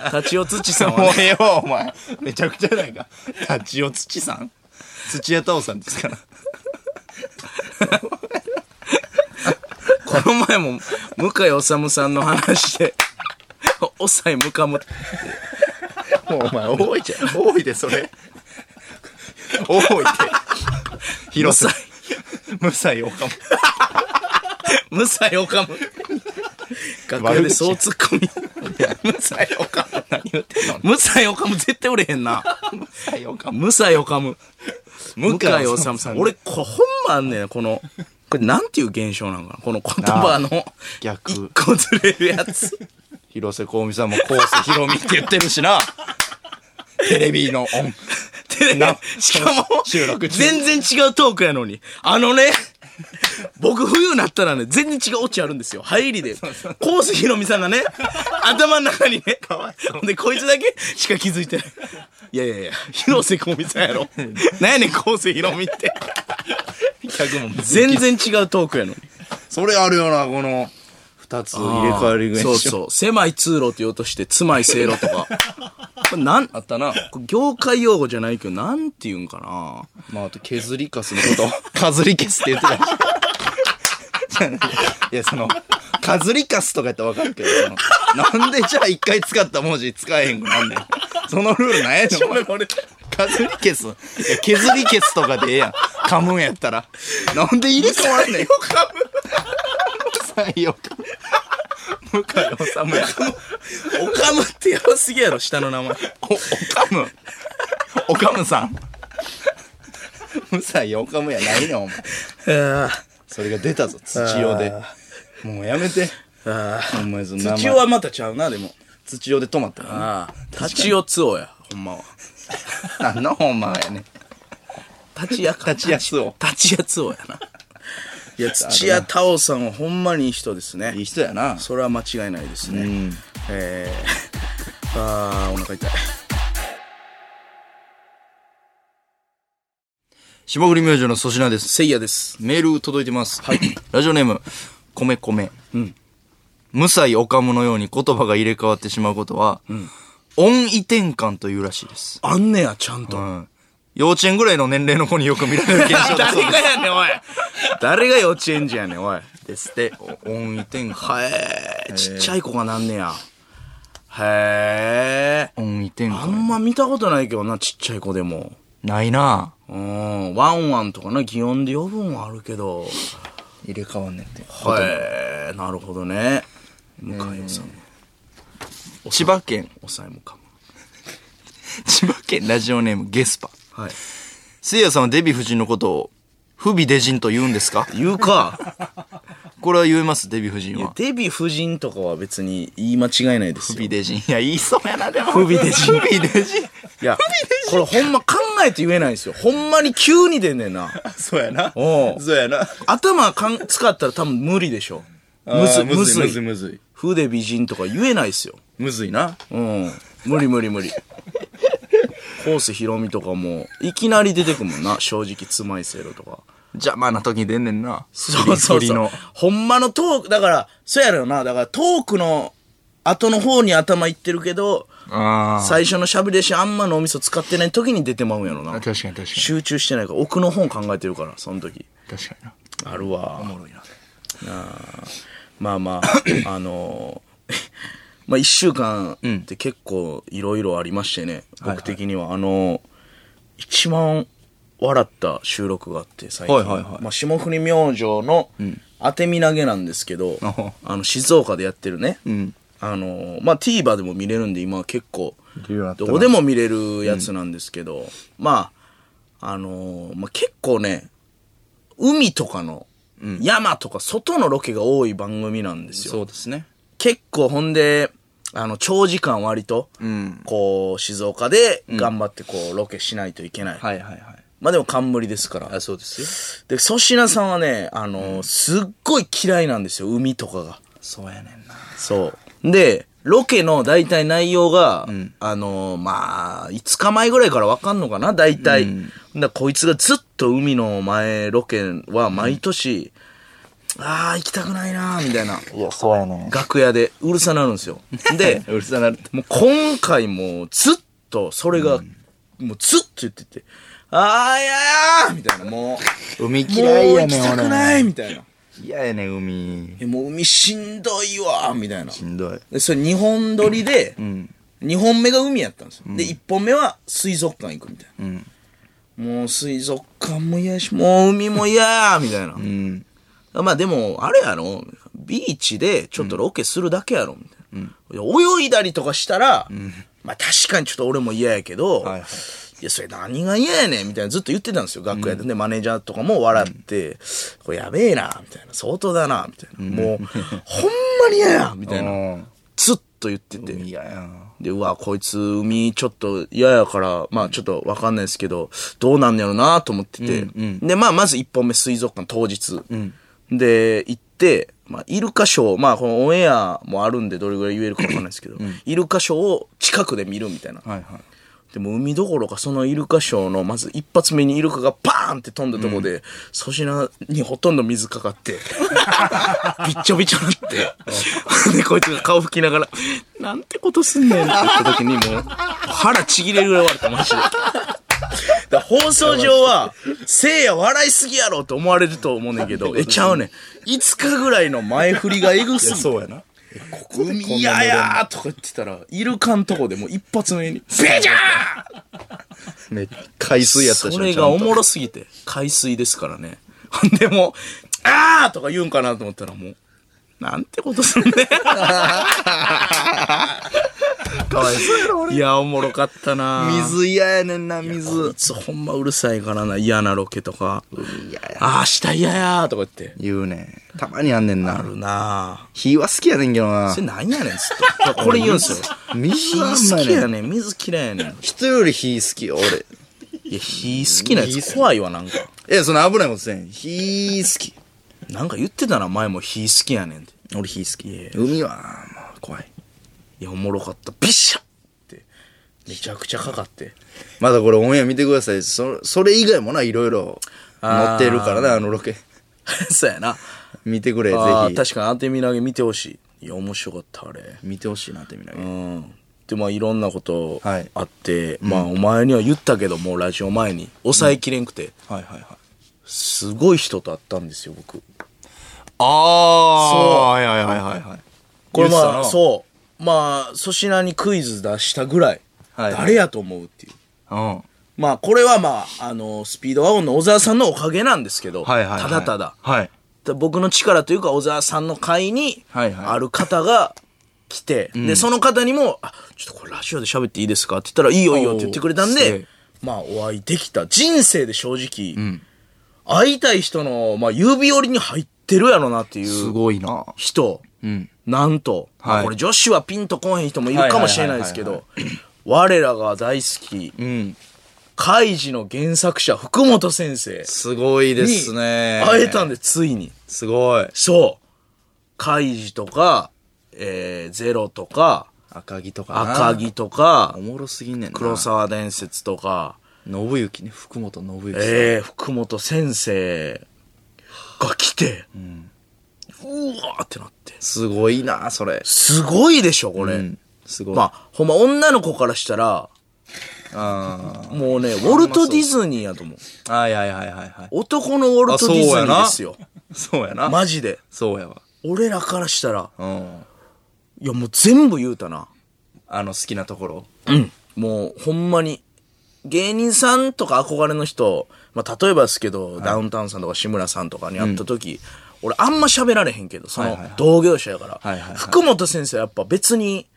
S2: ー。立ちお土さんは
S1: も
S2: ね、
S1: うええわ、お前。めちゃくちゃやないか。立尾土さん土屋太鳳さんですから。
S2: この前も、向井治さんの話で、おさいむかむって
S1: もうお前、多いじゃん。多いで、それ。多いで。広瀬。無才岡本。
S2: 無才 オカム。楽屋でそうツッコミ。無才オカム。
S1: 何言ってんの
S2: 無才オカム絶対売れへんな。
S1: 無才岡本。
S2: 無才オカム。
S1: 向
S2: 向
S1: 井
S2: 井
S1: 治
S2: 治
S1: さ
S2: さ
S1: ん
S2: ん。俺、こほんまあんねん、この。これなんていう現象なんかなこの言葉の
S1: 逆
S2: 一個ずれるやつ。
S1: 広瀬香美さんもコースひろみって言ってるしな。テレビのオン。
S2: でね
S1: な
S2: しかも
S1: 収録、中
S2: 全然違うトークやのに。あのね、僕冬になったらね、全然違うオチあるんですよ。入りで。コースひろみさんが ね、頭の中にね、で、こいつだけしか気づいてない。いやいやいや、広瀬香美さんやろ。なんやねん、コースひろ みって。全然違うトークやのに。
S1: それあるよな、この、二つ入れ替わりぐらい
S2: そうそう。狭い通路って言おうとして、狭いせいろ とか。これなん、あったな。業界用語じゃないけど、なんて言うんかな。
S1: まあ、あと、削りかすのこと、 かずりけすって言ってたし。 いや、その、かずりかすとかやったらわかるけど、その、なんでじゃあ一回使った文字使えへんくなんねん。そのルールなんやね ん。お前かずりけす。いや、削りけすとかでええやん。噛むんやったら。なんで入れ替わんねん。 採用か。向井治や。
S2: オカムってやばすぎやろ、下の名前。
S1: お、おかむ。おかむさん。むさいおかむやないねんお前。それが出たぞ、土用で。もうやめて。お前その名前。
S2: 土
S1: 土
S2: はまたちゃうな、でも。
S1: 土用で止まったな。
S2: ああ。立ちおつおや、ほんまは。
S1: なんのほんまやねん。
S2: 立ちやか。
S1: 立ちやすを。
S2: 立ちやつおやな。いや、土屋太鳳さんはほんまにいい人ですね
S1: いい。人やな。
S2: それは間違いないですね。
S1: ん
S2: えー、 ああ、お腹痛い。
S1: 霜降り明星の粗品です。
S2: せいやです。
S1: メール届いてます。はい。ラジオネーム、米米。うん。むさいおかむのように言葉が入れ替わってしまうことは、音位転換というらしいです。
S2: あんねや、ちゃんと。
S1: うん。幼稚園ぐらいの年齢の子によく見られる現 象だそう
S2: 誰
S1: で
S2: がやねん、おい。誰が幼稚園児やねん、おい。
S1: す。ですって、お音位転換。
S2: はえー、ちっちゃい子がなんねや。へえ。
S1: 音位転
S2: あ
S1: 換。
S2: んま見たことないけどな、ちっちゃい子でも。
S1: ないな
S2: うん、ワンワンとかな、擬音で呼ぶんはあるけど。
S1: 入れ替わんねんて。
S2: はい、なるほどね。向井さん、
S1: 千葉県、
S2: 抑えもか
S1: 千葉県ラジオネームゲスパ。
S2: も。はい。
S1: せいやさんはデヴィ夫人のことを、不備デジンと言うんですか
S2: 言うか。
S1: これは言えます、デヴィ夫人は。
S2: デヴィ夫人とかは別に言い間違いないです
S1: 不備
S2: よ。
S1: デジン。いや、言いそうやな、でも。
S2: 不備デジン
S1: 不備デジン。
S2: いや、これほんま考えて言えないですよ。ほんまに急に出んねんな。
S1: そうやな。
S2: おう
S1: そうやな。
S2: 頭かん使ったら多分無理でしょ。むずい、むずい。
S1: むずい。
S2: ふで美人とか言えないですよ。
S1: むずいな。
S2: うん。無理無理 無理。コースひろみとかも、いきなり出てくもんな。正直、つまいせろとか。
S1: 邪魔な時に出んねんな。
S2: そうそ
S1: 振り振
S2: う
S1: り
S2: そう
S1: の。
S2: ほんまのトーク、だから、そうやろな。だからトークの後の方に頭いってるけど、
S1: あ
S2: 最初のしゃべりしあんま脳みそ使ってない時に出てまうんやろ
S1: あ。
S2: な。
S1: 確かに確かに。
S2: 集中してないから、奥の本考えてるから、その時。
S1: 確かにな。
S2: あるわ。
S1: もろいな。
S2: まあま あ、あの ーまあ一週間って結構いろいろありましてね、僕的には。あのー一番笑った収録があって、最近。
S1: はいはいはい
S2: まあ、霜降り明星の当て身投げなんですけど、
S1: あは
S2: あの、静岡でやってるね。
S1: ん
S2: あの、まあ、TVer でも見れるんで、今は結構
S1: 見れるようになっ、た
S2: ど
S1: な
S2: こでも見れるやつなんですけど、まあ、あの、まあ、結構ね、海とかの、山とか外のロケが多い番組なんですよ。
S1: そうですね。
S2: 結構ほんで、あの、長時間割と、
S1: ん
S2: こう、静岡で頑張ってこう、ロケしないといけない。
S1: はいはいはい。
S2: まあでも冠ですから。
S1: そうですよ。
S2: で、粗品さんはね、あのすっごい嫌いなんですよ、海とかが。
S1: そうやねんな。
S2: そう。で、ロケの大体内容が、あのまあ、5日前ぐらいからわかんのかな、大体。だからこいつがずっと海の前ロケは毎年、ああ、行きたくないなーみたいな。
S1: いや、そうやね
S2: 楽屋でうるさなるんですよ。で、
S1: うるさなるって。
S2: もう今回もうずっとそれが、もうずっと言ってて、あーいやーみたいな、も
S1: 海
S2: う、
S1: 嫌いやねん、
S2: もう行きたくないみたいな。
S1: 俺。嫌やねん、海。
S2: えもう海しんどいわーみたいな。
S1: しんどい。
S2: で、それ2本撮りで、
S1: ん
S2: 2本目が海やったんですよ。で、1本目は水族館行くみたいな。
S1: ん
S2: もう水族館も嫌やし、もう海も嫌やみたいな。
S1: うん。
S2: まあでも、あれやろ、ビーチでちょっとロケするだけやろ、みたいな。泳いだりとかしたら、まあ確かにちょっと俺も嫌やけど、
S1: はい
S2: い
S1: はい
S2: や、それ何が嫌やねんみたいなずっと言ってたんですよ、楽屋で。ねマネージャーとかも笑って、これやべえな、みたいな。相当だな、みたいな。もう、ほんまに嫌や、みたいな。
S1: うん。
S2: ずっと言ってて。
S1: 嫌やな。
S2: で、うわ、こいつ、海、ちょっと嫌やから、まあ、ちょっとわかんないですけど、どうなんやろうなと思ってて。で、まあ、まず1本目、水族館当日。で、行って、まあ、イルカショー、まあ、このオンエアもあるんで、どれぐらい言えるかわかんないですけど、イルカショーを近くで見るみたいな。
S1: はいはい。
S2: でも、海どころか、そのイルカショーの、まず一発目にイルカがバーンって飛んだとこで、粗品にほとんど水かかって、びっちょびちょになって、 で、こいつが顔拭きながら、なんてことすんねんって言った時に、もう、腹ちぎれるぐらい笑った、マジで。だから放送上は、せいや笑いすぎやろと思われると思うねんけど、え、ちゃうねん。5日ぐらいの前振りがえぐすぎて。
S1: そうやな。
S2: 海嫌やーとか言ってたら、イルカんとこでもう一発目に、ベジャー
S1: ね、海水やったしな
S2: それがおもろすぎて、海水ですからね。ほんでもう、あーとか言うんかなと思ったらもう、なんてことするね。
S1: かわいそうやろ、俺。
S2: いや、おもろかったな
S1: 水嫌やねんな、
S2: こ
S1: 水
S2: い。つほんまうるさいからな、嫌なロケとか。
S1: 嫌や。
S2: あー、明日嫌やーとか言って。
S1: 言うねん。たまにあんねん
S2: あ
S1: な。
S2: るな
S1: 火は好きやねんけどな
S2: ぁ。そ。れなんやねん、ずっと。これ言うんすよ。
S1: 水はあん
S2: 火
S1: ま
S2: 好き
S1: や
S2: や
S1: ねん。
S2: ねん、水嫌いやねん。
S1: 人より火好きよ、俺。
S2: いや、火好きなやつ怖いわ、なんか。
S1: いや、その危ないことせん。火好き。
S2: なんか言ってたな、前も火好きやねんって。俺火好き。いや
S1: 海は、もう怖い。
S2: いや、おもろかった。ビシャって。めちゃくちゃかかって。
S1: まだこれオンエア見てください。そそれ以外もな、いろいろ載ってるからな、あのロケ。
S2: そうやな。
S1: 見てくれ、ぜ
S2: あー
S1: ひ。
S2: 確かに当てみ投げ見てほしい。いや、面白かった、あれ。
S1: 見てほしいなってみなが
S2: う
S1: ら。
S2: ん。で、まあ、いろんなこと
S1: はい
S2: あって、まあ、お前には言ったけど、もうラジオ前に抑えきれんくて、
S1: はいはいはい。
S2: すごい人と会ったんですよ、僕。
S1: ああはいはいはいはいはい。
S2: これまあ、
S1: う。
S2: そう。まあ、粗品にクイズ出したぐらい、
S1: はい
S2: 誰やと思うっていう。
S1: うん。は
S2: まあ、これはまあ、あの、スピードワゴンの小沢さんのおかげなんですけど、
S1: いはいはい。
S2: ただただ。
S1: はい。
S2: 僕の力というか小沢さんの会に
S1: はいはい
S2: ある方が来て、でその方にも「あちょっとこれラジオで喋っていいですか?」って言ったら「いいよいいよ」って言ってくれたん
S1: おーすげえ
S2: でまあお会いできた人生で正直、会いたい人の、まあ、指折りに入ってるやろなって
S1: す
S2: いう
S1: ごいな。
S2: 人、
S1: ん
S2: なんと、まあ
S1: はい
S2: これ女子はピンとこんへん人もいるかもしれないですけど我らが大好き
S1: うん。
S2: 「カイジ」の原作者福本先生
S1: すごいで
S2: に
S1: すね。
S2: 会えたんでついに。
S1: すごい。
S2: そう。カイジとか、えー、ゼロとか、
S1: 赤木とかな。
S2: 赤木とか
S1: お、もろすぎんねんな。
S2: 黒沢伝説とか、
S1: 信行ね、福本信行。
S2: えー、福本先生が来て、うわーってなって。
S1: すごいな、それ。
S2: すごいでしょ、これ。
S1: うん。すごい。
S2: まあ、ほんま女の子からしたら、
S1: あ
S2: もうね、ウォルト・ディズニーやと思う。
S1: ー。はいはいはいはいはい。
S2: 男のウォルト・ディズニーですよ。
S1: そうやな。
S2: マジで。
S1: そうやわ。
S2: 俺らからしたら、
S1: うん。
S2: いやもう全部言うたな。
S1: あの好きなところ。
S2: うん。もう、ほんまに、芸人さんとか憧れの人、まあ、例えばですけど、ダウンタウンさんとか志村さんとかに会った時、俺あんま喋られへんけど、そ
S1: は
S2: の
S1: いはいはい
S2: 同業者やか
S1: は
S2: ら。
S1: いはいはい
S2: 福本先生はやっぱ別に、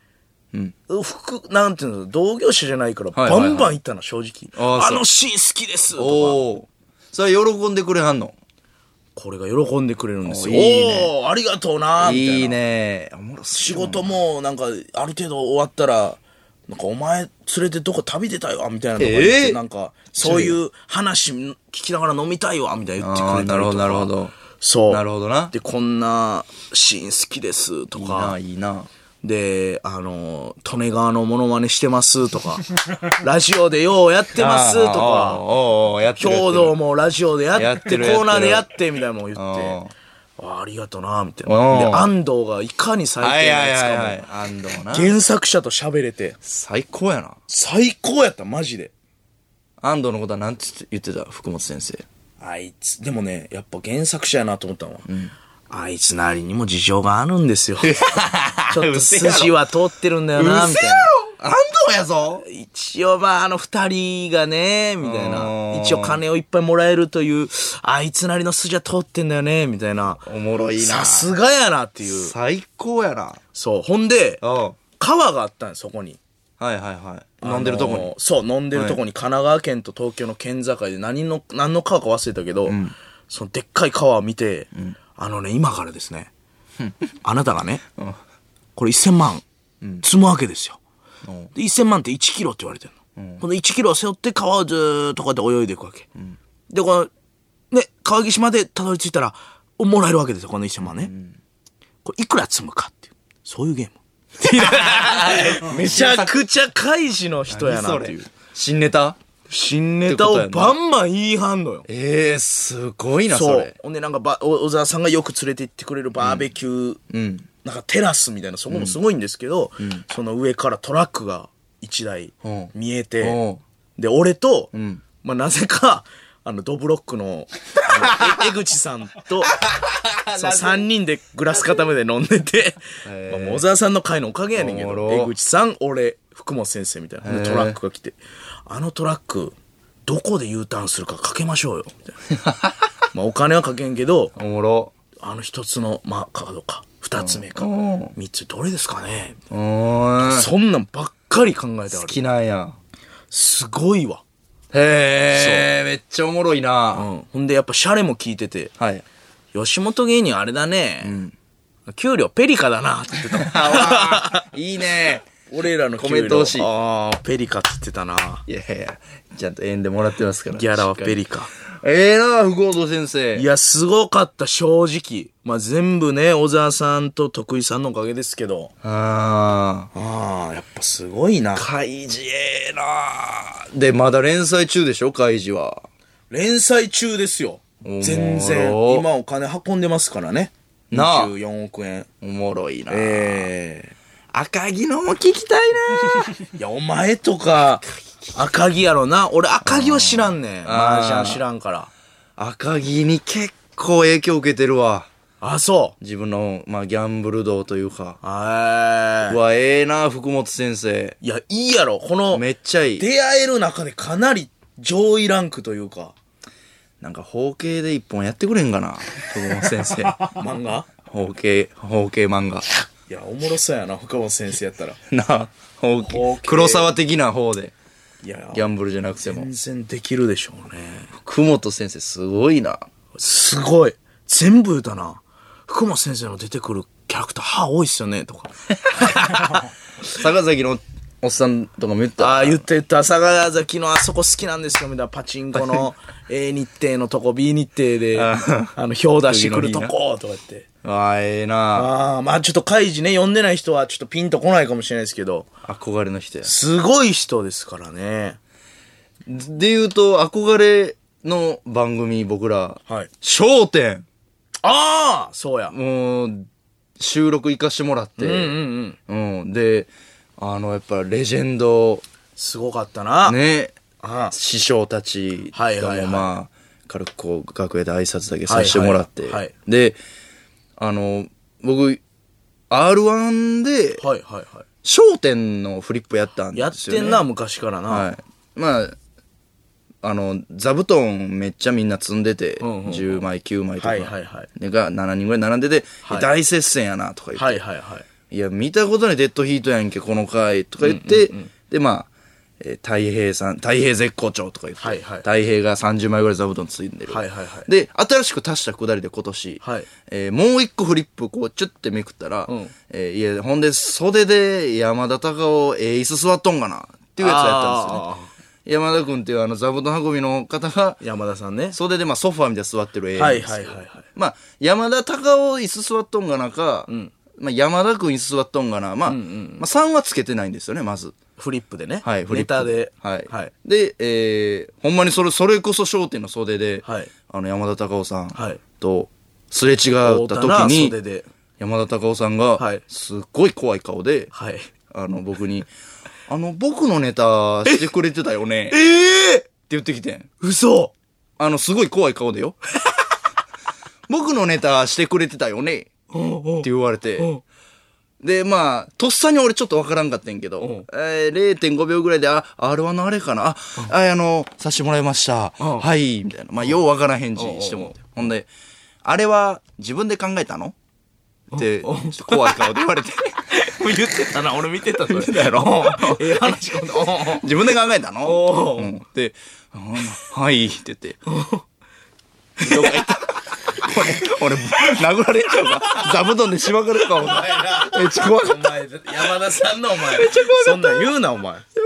S2: 福、なんていうの、同業者じゃないから、
S1: はいはいはい
S2: バンバン行ったの、正直。
S1: あー
S2: あ
S1: そう
S2: のシーン好きですとか
S1: おお。それ喜んでくれはんの
S2: これが喜んでくれるんですよ。
S1: おーいいね
S2: おーありがとうなみたいな。
S1: いいね。おもろそう
S2: 仕事も、なんか、ある程度終わったら、なんか、お前連れてどこ旅出たいわ、みたいなとか言って、
S1: えー
S2: なんか、そういう話聞きながら飲みたいわ、みたいな言ってくれた
S1: あ
S2: りとか
S1: ー。なるほど、なるほど。
S2: そう。
S1: なるほどな
S2: で、こんなシーン好きです、と
S1: いい
S2: か
S1: な、。いいな。
S2: で、あの、利根川のモノマネしてます、とか。 ラジオでようやってます、と
S1: あー
S2: か。
S1: おーおーやってるやってる
S2: 兵道もラジオでや
S1: や
S2: っ、
S1: ってて
S2: コ
S1: るやってる
S2: ーナーでやって、みたいなのを言って。
S1: あ
S2: あありがとな、みたい
S1: お
S2: な。
S1: う
S2: で、安藤がいかに最
S1: はい
S2: 低な
S1: はい
S2: やつ
S1: はい
S2: か
S1: は
S2: も
S1: い。安藤な。
S2: 原作者と喋れて、
S1: 最高やな。
S2: 最高やった、マジで。
S1: 安藤のことはなんて言ってた福本先生。
S2: あいつ、でもね、やっぱ原作者やなと思ったのは、あいつなりにも事情があるんで すよ。ちょっと筋は通ってるんだよな、みたいな。
S1: 安藤やぞ
S2: 一応まああの二人がね、みたいうな。
S1: ん
S2: 一応金をいっぱいもらえるという、あいつなりの筋は通ってんだよね、みたいな。
S1: おもろいな。
S2: さすがやなっていう。
S1: 最高やな。
S2: そう。ほんで、
S1: うん。
S2: 川があったんよそこに。
S1: はいはいはい。飲んでるとこ
S2: あの
S1: に
S2: ー。そう飲んでるとこに神奈川県と東京の県境で何の何の川か忘れたけど、そのでっかい川を見て、あのね今からですねあなたがね、これ1000万積むわけですよ、で1000万って1キロって言われてるの、この1キロを背負って川をずーっとこうやって泳いでいくわけ、でこのね川岸までたどり着いたらもらえるわけですよこの1000万ね、これいくら積むかっていうそういうゲーム めちゃくちゃ怪士の人やなっていう。
S1: 新ネタ
S2: 新ネタをバンバン言いはんのよ。
S1: ええー、すごいな、そ
S2: そう
S1: れ。。
S2: ほんでなんかば、お小沢さんがよく連れて行ってくれるバーベキュー、なんかテラスみたいな、そこもすごいんですけど、その上からトラックが1台
S1: うん
S2: 見えて、
S1: うん
S2: で、俺と、まあなぜか、あの、ドブロックの、あのえ江口さん と、そう3人でグラス固めで飲んでて、まあもう小沢さんの会のおかげやねんけ
S1: おも
S2: ど、
S1: ろ
S2: 江口さん、俺、福本先生みたいな。でトラックが来て、あのトラック、どこで U ターンするかかけましょうよ、みたいな。まあお金はかけんけど、
S1: おもろ。
S2: あの一つの、まあ、カードか、二つ目か、
S1: うん
S2: 三つ、どれですかね、
S1: うーん。
S2: そんなんばっかり考えてあ
S1: 好
S2: る。
S1: きなんや。
S2: すごいわ。
S1: へえ、めっちゃおもろいうな。
S2: ん。ほんで、やっぱシャレも聞いてて、
S1: はい。
S2: 吉本芸人あれだね、給料ペリカだな、って言ってたもん。
S1: あわー いいね。
S2: 俺らの給料
S1: コメント欲しい
S2: ああ、ペリカって言ってたな。
S1: いやいや、ちゃんと縁でもらってますから。
S2: ギャラはペ
S1: リ。
S2: リカ。
S1: ええな、福本先生。
S2: いや、すごかった、正直。まあ、全部ね、小沢さんと徳井さんのおかげですけど。
S1: ああ。
S2: ああ、やっぱすごいな。
S1: 怪事ええな。で、まだ連載中でしょ、怪事は。
S2: 連載中ですよ。
S1: ろ
S2: 全然。今お金運んでますからね。
S1: なあ
S2: 24億円。
S1: おもろいな。
S2: え
S1: 赤木のも聞きたい
S2: えいや、お前とか、赤木やろな。俺赤木は知らんねん。
S1: あー
S2: 麻雀知らんから。
S1: な。 赤木に結構影響受けてるわ。
S2: あ、そう。
S1: 自分の、まあ、ギャンブル道というか。
S2: あ
S1: うわ、ええな、福本先生。
S2: いや、いいやろ。この、
S1: めっちゃいい。
S2: 出会える中でかなり上位ランクという か、
S1: なんか、包茎で一本やってくれん かな、福本先生。
S2: 漫画
S1: 包茎、包茎漫画。
S2: いや、おもろそうやな、深本先生やったら。
S1: なあ、包
S2: 包
S1: 茎
S2: 茎。
S1: 黒沢的な方で。
S2: いや、
S1: ギャンブルじゃなくても
S2: 全。然できるでしょうね。
S1: 福本先生、すごいな。
S2: すごい。全部言うたな。福本先生の出てくるキャラクター、歯多いっすよね、とか。
S1: 坂崎のおっさんとかも言った。
S2: ああ、言って言った。坂崎のあそこ好きなんですよ、みたいな。パチンコ の A 日程のとこ、B 日程で、
S1: あ
S2: あの、表出してくるとこ、とか言って。
S1: ああ、ええな。
S2: ああ、まあちょっとカイジね、読んでない人はちょっとピンとこないかもしれないですけど、
S1: 憧れの人や。
S2: すごい人ですからね。
S1: で言うと、憧れの番組、僕ら。
S2: はい。
S1: 笑点
S2: ああそうや。
S1: もう、収録行かしてもらって。
S2: うんうんうん。
S1: うん、で、あの、やっぱレジェンド、
S2: すごかったな。
S1: ね、
S2: ああ
S1: 師匠たちが
S2: はいはいはい
S1: もまあ、軽くこう、楽屋で挨拶だけさせてもらって、
S2: はいはいはい
S1: で、あの、僕、R1 で、
S2: はいはいは
S1: 商店のフリップやったん
S2: い。や
S1: で
S2: っ
S1: すよ、ね。
S2: てんな、昔からな。
S1: はい。まあ、あの、座布団めっちゃみんな積んでて、
S2: んうんうん
S1: 10枚、9枚とか、
S2: はいはいはい
S1: でが7人ぐらい並んでて、
S2: はい
S1: 大接戦やなとか言って、
S2: はいはいはい。
S1: い、や、見たことないデッドヒートやんけ、この回とか言って、で、まあ、えー太平さん、太平絶好調とか言って、
S2: はいはい
S1: 太平が30枚ぐらい座布団積んでる。
S2: はいはいはい
S1: で、新しく足したくだりで今年、
S2: はい
S1: えーもう一個フリップこう、チュッてめくったら、
S2: ん
S1: えーいや、ほんで、袖で山田隆夫、ええ椅子座っとんかなっていうやつやったんですよね。
S2: あ
S1: 山田君っていうあの座布団運びの方が
S2: ー山田さんね。
S1: 袖でまあソファーみたいに座ってる絵
S2: は
S1: なん
S2: い
S1: です
S2: はい
S1: けど
S2: はいはい。
S1: まあ山田隆夫椅子座っとんがなか、まあ、山田君椅子座っとんがな、まあまあ、3はつけてないんですよねまず。
S2: フリップでね。
S1: はい、フリ
S2: ネ
S1: ップ
S2: タで。
S1: はい。
S2: はい。
S1: で、えー、ほんまにそれ、それこそ焦点の袖で、
S2: はい
S1: あの、山田隆夫さん
S2: はい
S1: と、すれ違
S2: 会
S1: っ
S2: う
S1: た
S2: た
S1: 時
S2: な
S1: に、
S2: 袖で。
S1: 山田隆夫さんが、
S2: はい
S1: すっごい怖い顔で、
S2: はい。
S1: あの、僕に、あの、僕のネタしてくれてたよね、って
S2: ええ
S1: 言ってきてん。
S2: 嘘
S1: あの、すごい怖い顔でよ。僕のネタしてくれてたよね。って言われて。で、まあ、とっさに俺ちょっとわからんかったんやけど、えー、0.5秒ぐらいで、あ、R1 のあれかな、あ、ああの、さしてもらいました。
S2: ん
S1: はい、みたいな。まあ、ようわからん返事してもらって。ほんで、あれは自分で考えたのって、ちょっと怖い顔で言われ て。
S2: 言ってたな、俺見てたそれ。
S1: だろ
S2: ええ話かもねうんうん
S1: 自分で考えたの
S2: お
S1: う
S2: ー
S1: んで、うんはいって言って。どこ行った俺、俺、殴られんちゃうか。座布団でしばかれるかも。めっちゃ怖かった。
S2: お前、山田さんのお前。めっちゃ怖そんなん言うな、お前。山田さ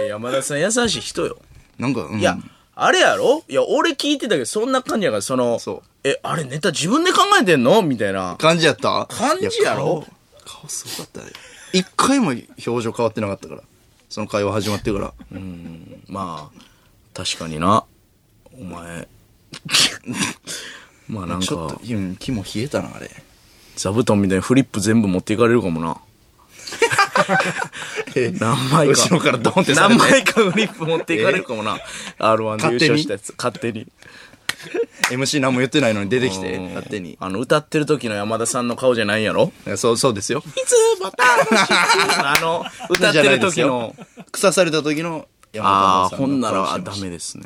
S2: ん。いや、山田さん優しい人よ。
S1: なんか、うん。
S2: いや、あれやろいや、俺聞いてたけど、そんな感じやから、その、
S1: そう
S2: え、あれネタ自分で考えてんのみたいな。
S1: 感じやった
S2: 感じやろ
S1: い顔顔すごかったね。一回も表情変わってなかったから。その会話始まってから。
S2: まあ、確かにな。お前。 まあなん
S1: ちょっ
S2: か
S1: と、、うん、気も冷えたな、あれ。
S2: 座布団みたいにフリップ全部持っていかれるかもな。何枚か。
S1: 後ろからドンってされ
S2: 何
S1: て
S2: 枚かフリップ持っていかれるかも な。R1 で
S1: 勝手
S2: 優勝
S1: に
S2: したやつ、勝手に。
S1: MC 何も言ってないのに出てきて、
S2: うん
S1: 勝手に。
S2: あの、歌ってる時の山田さんの顔じゃないんやろ
S1: そう、そうですよ。
S2: いつまた あの、歌ってる時の。
S1: 腐された時の
S2: あ
S1: 山
S2: あ、
S1: 田さ
S2: ほん
S1: んの
S2: な
S1: 顔
S2: ら
S1: して
S2: あ
S1: ま
S2: ダ
S1: した
S2: メですね。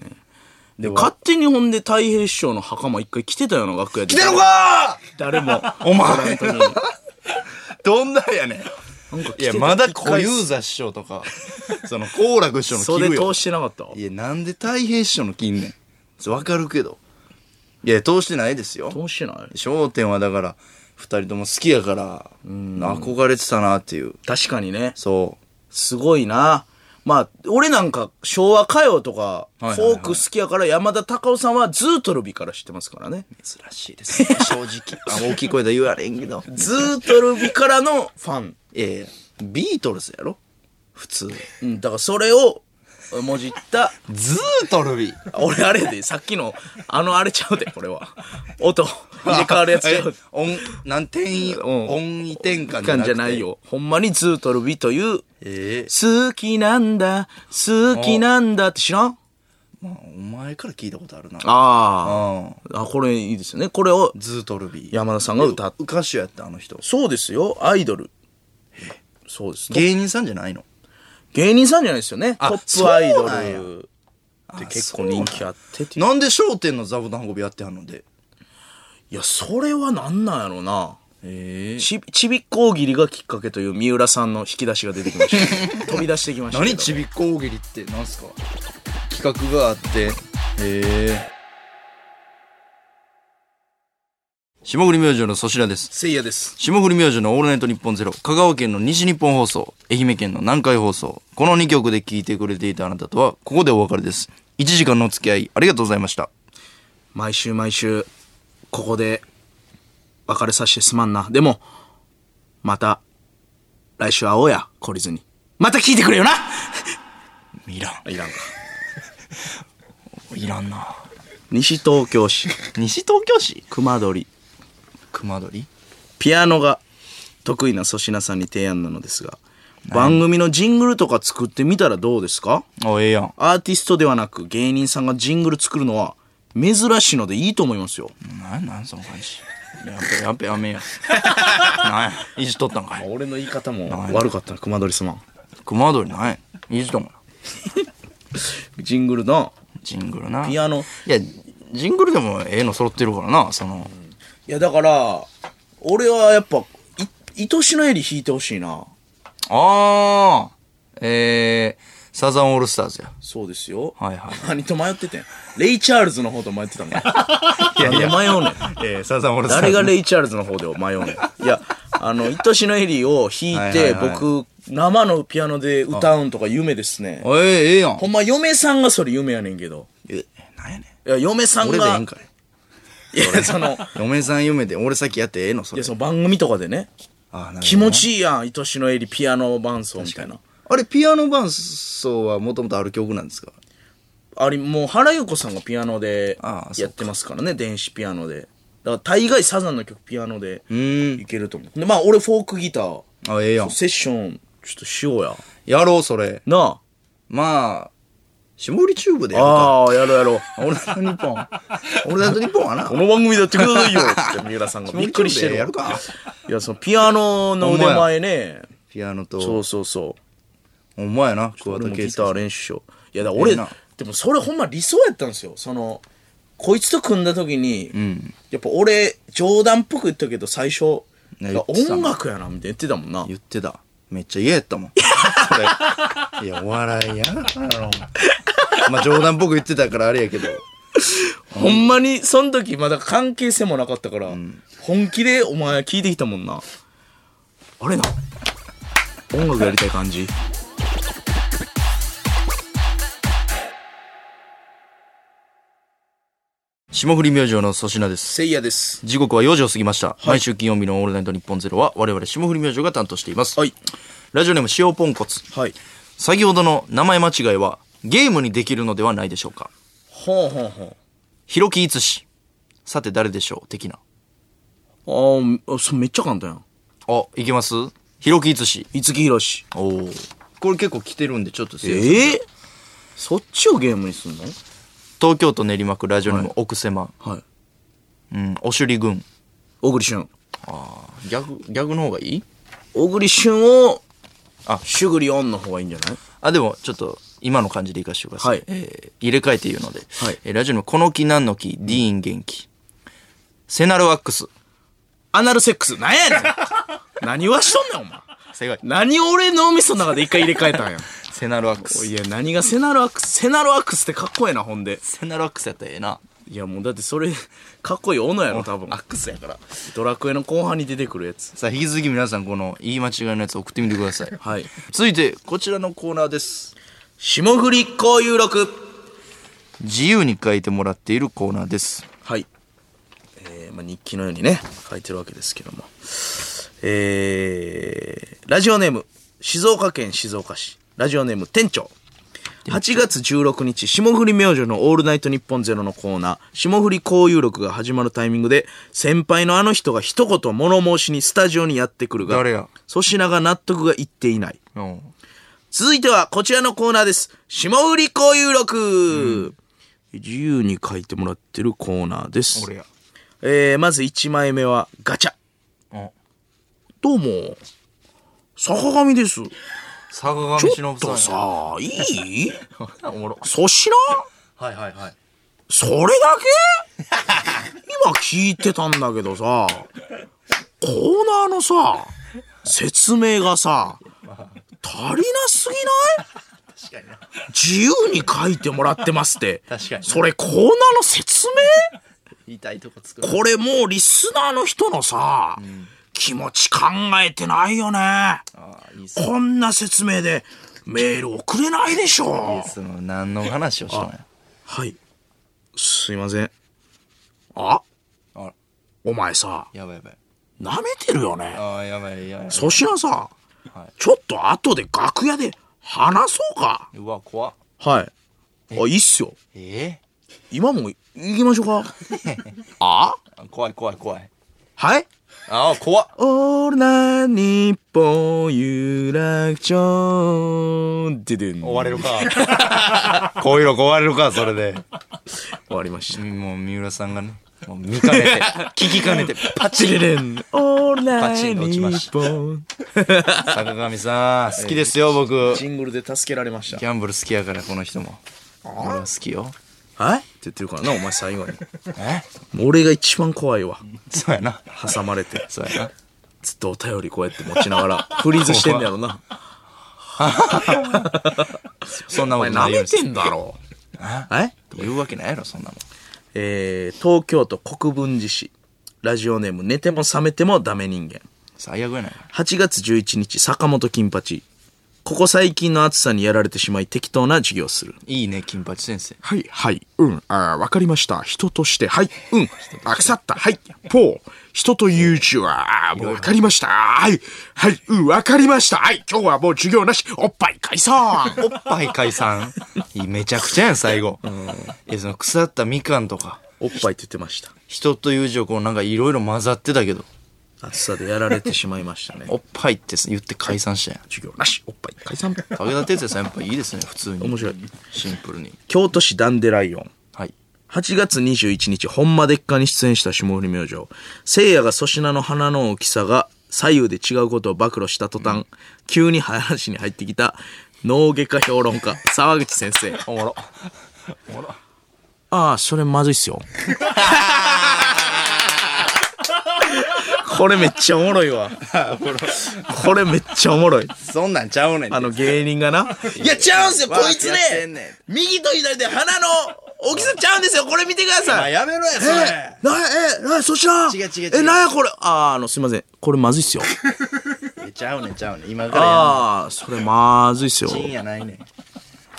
S1: では
S2: 勝手にほんで太平師匠の袴一回着てたような楽屋で。
S1: 来てんのか
S2: 誰も。
S1: お前
S2: 本当に。なんか
S1: どんなやねん。
S2: 着てた
S1: いや、まだ小遊三師匠とか、その、好楽師匠の着る
S2: 袖
S1: よ
S2: 通。してなかった
S1: いや、なんで太平師匠の着んねん。それわかるけど。いや、通してないですよ。
S2: 通してない
S1: 焦点はだから、二人とも好きやから、憧れてたなっていう。
S2: 確かにね。
S1: そ
S2: すごいな。まあ、俺なんか昭和歌謡とか、フ
S1: はいはいはい
S2: ォーク好きやから山田隆夫さんはずーとルビから知ってますからね。
S1: う。珍しいです、ね、正直。 あ大きい声で言われんけど。
S2: ずーとルビからのファン。
S1: ええビートルズやろ普通。
S2: うん、だからそれを、もじった、
S1: ずーとルビー。
S2: 俺あれやで、さっきの、あのあれちゃうで、これは。音、入れ替わるやつ ちゃう。
S1: え音、なん、転移、
S2: ん
S1: 音位転換
S2: 感じゃ
S1: くて
S2: ない。よ。ほんまにずーとルビという、
S1: ええ
S2: 好きなんだ、好きなんだって知らん
S1: まあ、お前から聞いたことあるな。
S2: あ
S1: ああ。
S2: あ。あ、これいいですよね。これを
S1: ずーとルビー。
S2: 山田さんが歌っ
S1: 歌手やった、あの人。
S2: そうですよ、アイドル。そうです。
S1: 芸人さんじゃないの
S2: 芸人さんじゃないですよね。ト
S1: あ
S2: ップアイド
S1: そうなん
S2: ルって結構人気あってっていう
S1: なんで『笑点』の座布団運びやってはんので。
S2: いや、それはなんなんやろうな。
S1: ええ
S2: ちちびっこ大喜利がきっかけという三浦さんの引き出しが出てきま した。飛び出してきましたけど。
S1: 何ちびっこ大喜利ってなんすか企画があって。へえ霜降り明星の粗品です。
S2: せいやです。
S1: 霜降り明星のオールナイトニッポンゼロ、香川県の西日本放送、愛媛県の南海放送、この2曲で聴いてくれていたあなたとは、ここでお別れです。1時間のお付き合い、ありがとうございました。
S2: 毎週毎週、ここで別れさせてすまんな。でも、また、来週会おうや、懲りずに。また聞いてくれよな
S1: いらん。
S2: いらんか。
S1: いらんな。
S2: 西東京市、
S1: 西東京市
S2: 熊取。
S1: 熊取
S2: ピアノが得意な粗品さんに提案なのですが、番組のジングルとか作ってみたらどうですか
S1: あ、ええやん。
S2: アーティストではなく芸人さんがジングル作るのは珍しいのでいいと思いますよ。
S1: なんなんその感じ。やっべやっべやめや。なんや。いじっとったんかい。
S2: 俺の言い方も悪かったな、熊取すまん。
S1: 熊取なんや。いじっとんか
S2: ジングルの
S1: ジングルな。
S2: ピアノ。
S1: いや、ジングルでもええの揃ってるからな、その。
S2: いや、だから、俺はやっぱ、い、愛しのエリ弾いてほしいな。
S1: ああえー、サザンオールスターズや。
S2: そうですよ。
S1: はいはい
S2: 何と迷っててん。レイ・チャールズの方と迷ってたもん。
S1: いやいや
S2: なんで迷うねん。
S1: えー、サザンオールスターズ。
S2: 誰がレイ・チャールズの方で 迷うねん。いや、あの、愛しのエリを弾いて、
S1: はいはいはい
S2: 僕、生のピアノで歌うんとか夢ですね。
S1: おいええやん
S2: ほ。んま、嫁さんがそれ夢やねんけど。
S1: え、なんやね
S2: いや、嫁さ
S1: ん。
S2: ん
S1: 俺
S2: が
S1: でえ、えんかい。
S2: いや、その、
S1: 嫁さん夢で、俺先やってええの、そ
S2: い
S1: れ
S2: や、。その番組とかでね、
S1: あ
S2: 気持ちいいやん、愛しのエリピアノ伴奏みたいな。
S1: あれ、ピアノ伴奏はもともとある曲なんですか
S2: あれ、もう原由子さんがピアノで
S1: ああそうか
S2: やってますからね、電子ピアノで。だから大概サザンの曲ピアノで
S1: ん
S2: いけると思う。で、まあ俺フォークギター、
S1: あ、ええやん。
S2: セッション、ちょっとしようや。
S1: やろう、それ。
S2: な
S1: まあ、霜降りチューブでや
S2: あ。
S1: るか。
S2: ああ、やろうやろう。
S1: 俺だと日本。俺だと日本はな
S2: こ。の番組でやってくださいよって三浦さん がびっくりしてる
S1: や
S2: わ
S1: るか。
S2: いや、そのピアノの腕前ね。
S1: ピアノ
S2: そ
S1: と、
S2: うそうそう。
S1: お前やな、桑
S2: 俺
S1: 田
S2: も
S1: 佳祐
S2: ギタ
S1: さん。
S2: ー練習しよういやだから俺、
S1: ええな
S2: でもそれほんま理想やったんですよそのこいつと組んだ時に、やっぱ俺冗談っぽく言ったけど最初
S1: ね
S2: いや
S1: 言ってたもん
S2: 音楽やなみたいな言ってたもんな
S1: 言ってた。めっちゃ嫌やったもん。それいや、お笑いやな。まあ冗談っぽく言ってたからあれやけど。
S2: ほんまにその時まだ関係性もなかったから、本気でお前聞いてきたもんなあれな音楽やりたい感じ
S1: 霜降り明星の粗品です。
S2: せいやです
S1: 時刻は4時を過ぎました。毎週金曜日のオールナイト日本ゼロは我々霜降り明星が担当しています。
S2: はい
S1: ラジオネーム塩ポンコツ。
S2: はい
S1: 先ほどの名前間違いはゲームにできるのではないでしょうか。
S2: ほうほうほう
S1: ひろきいつし。さて誰でしょう的な。
S2: あーあそめっちゃ簡単やん
S1: あ、いけますひろきいつし。
S2: 五木ひろし
S1: おお。これ結構来てるんでちょっとせい
S2: ええそっちをゲームにすんの
S1: 東京都練馬区ラジオネーム奥瀬間。
S2: はい
S1: うん、おしゅり軍。
S2: 小栗旬
S1: ギャグ、ギャグの方がいい
S2: 小栗旬を
S1: あ
S2: シュグリオンの方がいいんじゃない
S1: あ、でも、ちょっと、今の感じでいかしてください。
S2: はい
S1: えー入れ替えて言うので。
S2: はい
S1: えーラジオのこの木なんの木、ディーン元気。セナルワックス。
S2: アナルセックスなんや ねん何はしとんねんお前
S1: 正解。
S2: 何俺脳みその中で一回入れ替 えたんや
S1: セナルワックス。
S2: いや何がセナルアックスセナルアックスってかっこええなほんで
S1: セナルワックスやったらええな。
S2: いやもうだってそれかっこいい斧やろ多分
S1: アックスやから。
S2: ドラクエの後半に出てくるやつ
S1: さあ、引き続き皆さん、この言い間違いのやつ送ってみてください。
S2: はい
S1: 続いて、こちらのコーナーです。
S2: 霜降り交友録
S1: 自由に書いてもらっているコーナーです。
S2: はい、えーまあ、日記のようにね書いてるわけですけどもえー、ラジオネーム静岡県静岡市ラジオネーム店長8月16日、霜降り明星のオールナイト日本ゼロのコーナー、霜降り交友録が始まるタイミングで、先輩のあの人が一言物申しにスタジオにやってくるが、
S1: 誰や
S2: 粗品が納得がいっていない。
S1: うん。
S2: 続いてはこちらのコーナーです。霜降り交友録、自由に書いてもらってるコーナーです。
S1: 俺や。
S2: えー、まず1枚目はガチャ。
S1: うん。
S2: どうも、坂上です。
S1: 坂上
S2: ちょ
S1: 忍さ
S2: っ
S1: ん
S2: と
S1: や。
S2: さ、いい
S1: おもろ。
S2: 粗品
S1: はいはいはい。
S2: それだけ 今聞いてたんだけどさ、コーナーのさ、説明がさ、足りなすぎない
S1: 確かにな。
S2: 自由に書いてもらってますって。
S1: 確かに
S2: それコーナーの説
S1: 言いたいとこ作る
S2: 明。これもうリスナーの人のさ、気持ち考えてないよね。
S1: ああ、いいっすね。
S2: こんな説明でメール送れないでしょ。
S1: その何の話をしたのや
S2: はい。すいません。あ
S1: あら
S2: お前さ、
S1: やばいやばい
S2: 舐めてるよね。
S1: ああやばいやばい
S2: 粗品さ
S1: は、
S2: ちょっと後で楽屋で話そうか。
S1: うわ怖っ
S2: はい。あ、いいっすよ。
S1: え
S2: 今も行きましょうか。 あ
S1: え怖い怖い怖い
S2: はい
S1: ああ怖っ
S2: オールナイトニッポン有楽町ででん終
S1: 追われるか こういうの追われるかそれで
S2: わりました。
S1: もう三浦さんがねもう見かね て聞きかねて
S2: パチレレンオールナイトニッポン
S1: 坂上さん好きですよ僕
S2: ジングルで助けられました
S1: ギ。ャンブル好きやからこの人も俺は好きよ
S2: えって言ってるからな、お前最後に。もう俺が一番怖いわ。
S1: そうやな。
S2: 挟まれて。
S1: そうやな。
S2: ずっとお便りこうやって持ちながら、フリーズしてんだやろな。
S1: そんな
S2: お
S1: こ
S2: 前
S1: とな
S2: 舐
S1: いよう
S2: め
S1: にして
S2: てんだろ。え
S1: 言うわけないやろ、そんなの。
S2: えー、東京都国分寺市。ラジオネーム、寝ても覚めてもダメ人間。
S1: 最悪やないか。
S2: 8月11日、坂本金八。ここ最近の暑さにやられてしまい適当な授業をする。
S1: いいね、金八先生。
S3: はい、はい、うん、あーわかりました。人として、はい、うん、あ、腐った、はい、ポー。人という字は、あーもうわかりました。はい、はい、うん、わかりました。はい、今日はもう授業なし、おっぱい解散。
S1: おっぱい解散。いいめちゃくちゃやん、最後。え、その腐ったみかんとか、
S2: おっぱいって言ってました。
S1: 人という字をこうなんかいろいろ混ざってたけど、
S2: 暑さでやられてしまい ましたね。
S1: おっぱいって言って解散したやん。
S3: 授業なし、おっぱい解散。
S1: 武田鉄矢さんやっぱいいですね、普通に。
S2: 面白い。
S1: シンプルに。
S2: 京都市ダンデライオン。
S1: はい。
S2: 8月21日、本間でっかに出演した霜降り明星。聖夜が粗品の鼻の大きさが左右で違うことを暴露した途端、急に話に入ってきた脳外科評論家、沢口先生。
S1: おもろ。
S2: ああ、それまずいっすよ。これめっちゃおもろいわ。これめっちゃおもろい。
S1: そんなんちゃうねん
S2: あの芸人がな。いや、ちゃうんすよ、こいつ
S1: わーってやってんねん
S2: ね。右と左で鼻の大きさちゃうんですよ、これ見てください。
S1: やめろや、それ。
S2: な、え、な、そちら
S1: 違う違う違う
S2: え、なやこれ。あー、あの、すいません。これまずいっす よ。
S1: えちゃうねんちゃうねん今からや
S2: あー、それまずいっすよ。
S1: んねんチンやないねん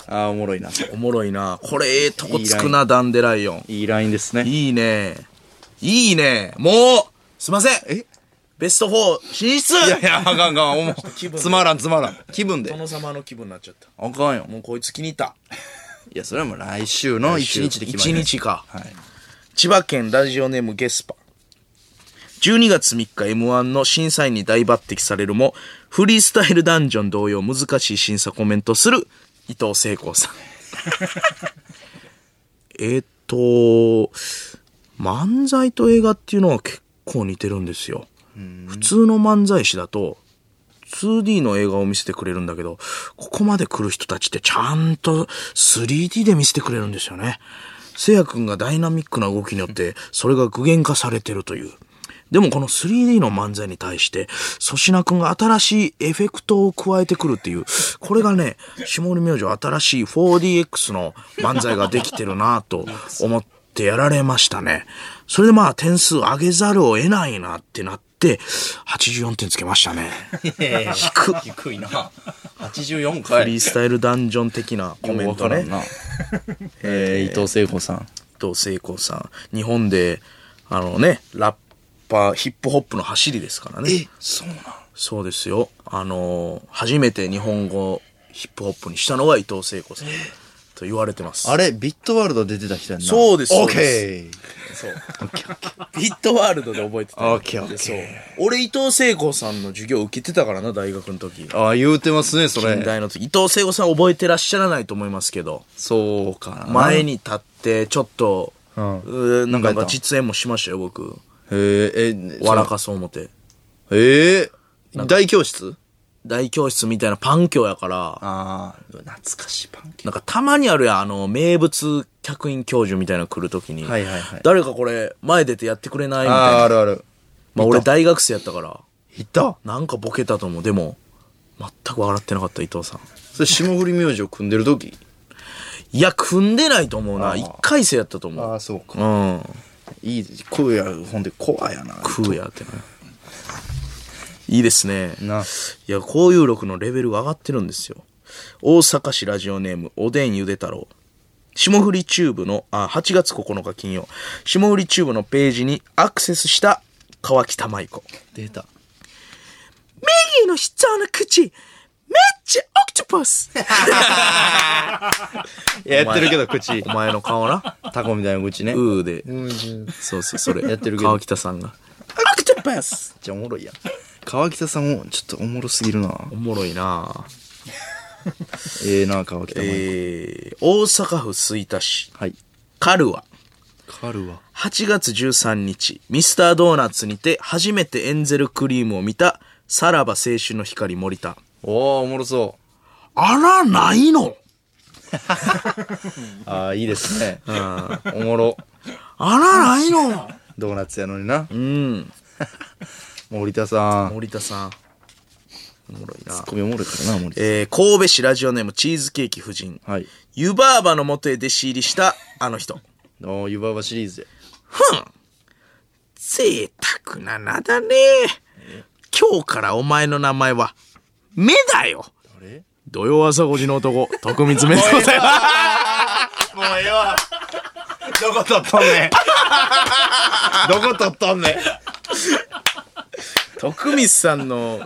S1: あーおもろいな
S2: おもろいな。これ、ええとこつくな、ダンデライオン。
S1: いいラインですね
S2: いいね。いいね。もう、すいません。
S1: え
S2: ベスト4進出
S1: いやいやあかんあかんおも
S2: 分で
S1: つまらんつまらん気分で
S2: 殿様の気分になっちゃった。
S1: あかんよ
S2: もうこいつ気に入った。
S1: いやそれはもう来週の一日で決ま
S2: 一
S1: り
S2: 日か。
S1: はい
S2: 千葉県ラジオネームゲスパ。12月3日 M1 の審査員に大抜擢されるも、フリースタイルダンジョン同様難しい審査コメントする伊藤聖光さん。えっと、漫才と映画っていうのは結構似てるんですよ。普通の漫才師だと 2D の映画を見せてくれるんだけど、ここまで来る人たちってちゃんと 3D で見せてくれるんですよね。せいやくんがダイナミックな動きによって、それが具現化されてるという。でもこの 3D の漫才に対して、粗品くんが新しいエフェクトを加えてくるっていう、これがね、下森明星新しい 4DX の漫才ができてるなぁと思ってやられましたね。それでまあ点数上げざるを得ないなってなって、84点つけましたね。
S1: 低低い な84回
S2: フリースタイルダンジョン的なコメン トね。
S1: なえー伊藤聖子さん
S2: と聖子さん。日本で、あのね、ラッパー、ヒップホップの走りですからね。
S1: そうなん
S2: そうですよ。あのー初めて日本語をヒップホップにしたのは伊藤聖子さんと言われてます。
S1: あれビットワールド出てた人やんな
S2: そうです
S1: オ
S2: そ
S1: ッ
S2: う
S1: ケ
S2: で
S1: ー
S2: そう。ビットワールドで覚えてた。
S1: オッケーオッケー
S2: そう。俺伊藤聖子さんの授業受けてたからな、大学の時。
S1: ああ言うてますねそ
S2: 近
S1: れ
S2: 代の時。伊藤聖子さん覚えてらっしゃらないと思いますけど。
S1: そうかな
S2: 前
S1: に
S2: に立って、ちょっと、うんーなん
S1: なんかや
S2: か
S1: った
S2: 実演もしましたよ、僕。
S1: えーえ
S2: わらかそう思て。
S1: えー大教室
S2: 大教室みたいなパン教やから、
S1: ああ懐かしいパンケーキ
S2: なんかたまにあるやん、あの、名物客員教授みたいなの来るときに、
S1: はいはいはい
S2: 誰かこれ、前出てやってくれないみたい
S1: ああ
S2: な。
S1: あるある
S2: まあ俺大学生やったから、
S1: いた
S2: なんかボケたと思う。でも、全く笑ってなかった伊藤さん。
S1: それ霜降り明星組んでる時
S2: いや、組んでないと思うな。一回生やったと思う。
S1: そうか
S2: うん。
S1: いいこうやほんでコアやな
S2: 食うやってな。いいですね。
S1: ない
S2: や、交友録のレベルが上がってるんですよ。大阪市ラジオネーム、おでんゆで太郎。霜降りチューブの、あ、8月9日金曜、霜降りチューブのページにアクセスした河北舞子。
S1: 出た
S2: 右の人の口、めっちゃオクトパス
S1: やってるけど口
S2: お前の顔な。
S1: タコみたいな口ね
S2: うーで。そうそう、それ。
S1: やってるけど
S2: 川北さんが。オクトパス
S1: ちゃおもろいやん川北さんもちょっとおもろすぎるな
S2: おもろいなぁ
S1: ええな川北も
S2: えー、大阪府吹田市、
S1: はい
S2: カルワ。
S1: カルは
S2: 8月13日、ミスタードーナツにて初めてエンゼルクリームを見た、さらば青春の光森田。
S1: おおおもろそ
S3: あら、ないの
S1: ああ、いいですね。おもろ。
S2: あら、ないの
S1: ドーナツやのにな。
S2: うん。
S1: 森田さん。
S2: 森田さん。おもろいな。
S1: コミおもろいからな、森田
S2: えー、神戸市ラジオネームチーズケーキ夫人。
S1: はい。
S2: 湯婆婆の元へ弟子入りしたあの人。
S1: おー、湯婆婆シリーズで。
S2: 贅沢な名だね。今日からお前の名前は、目だよ。
S1: れ
S2: 土曜朝5時の男、徳光目でございます。
S1: もうええわ。どこ取っとんねん。どこ取っとんねん。
S2: 徳光さんの、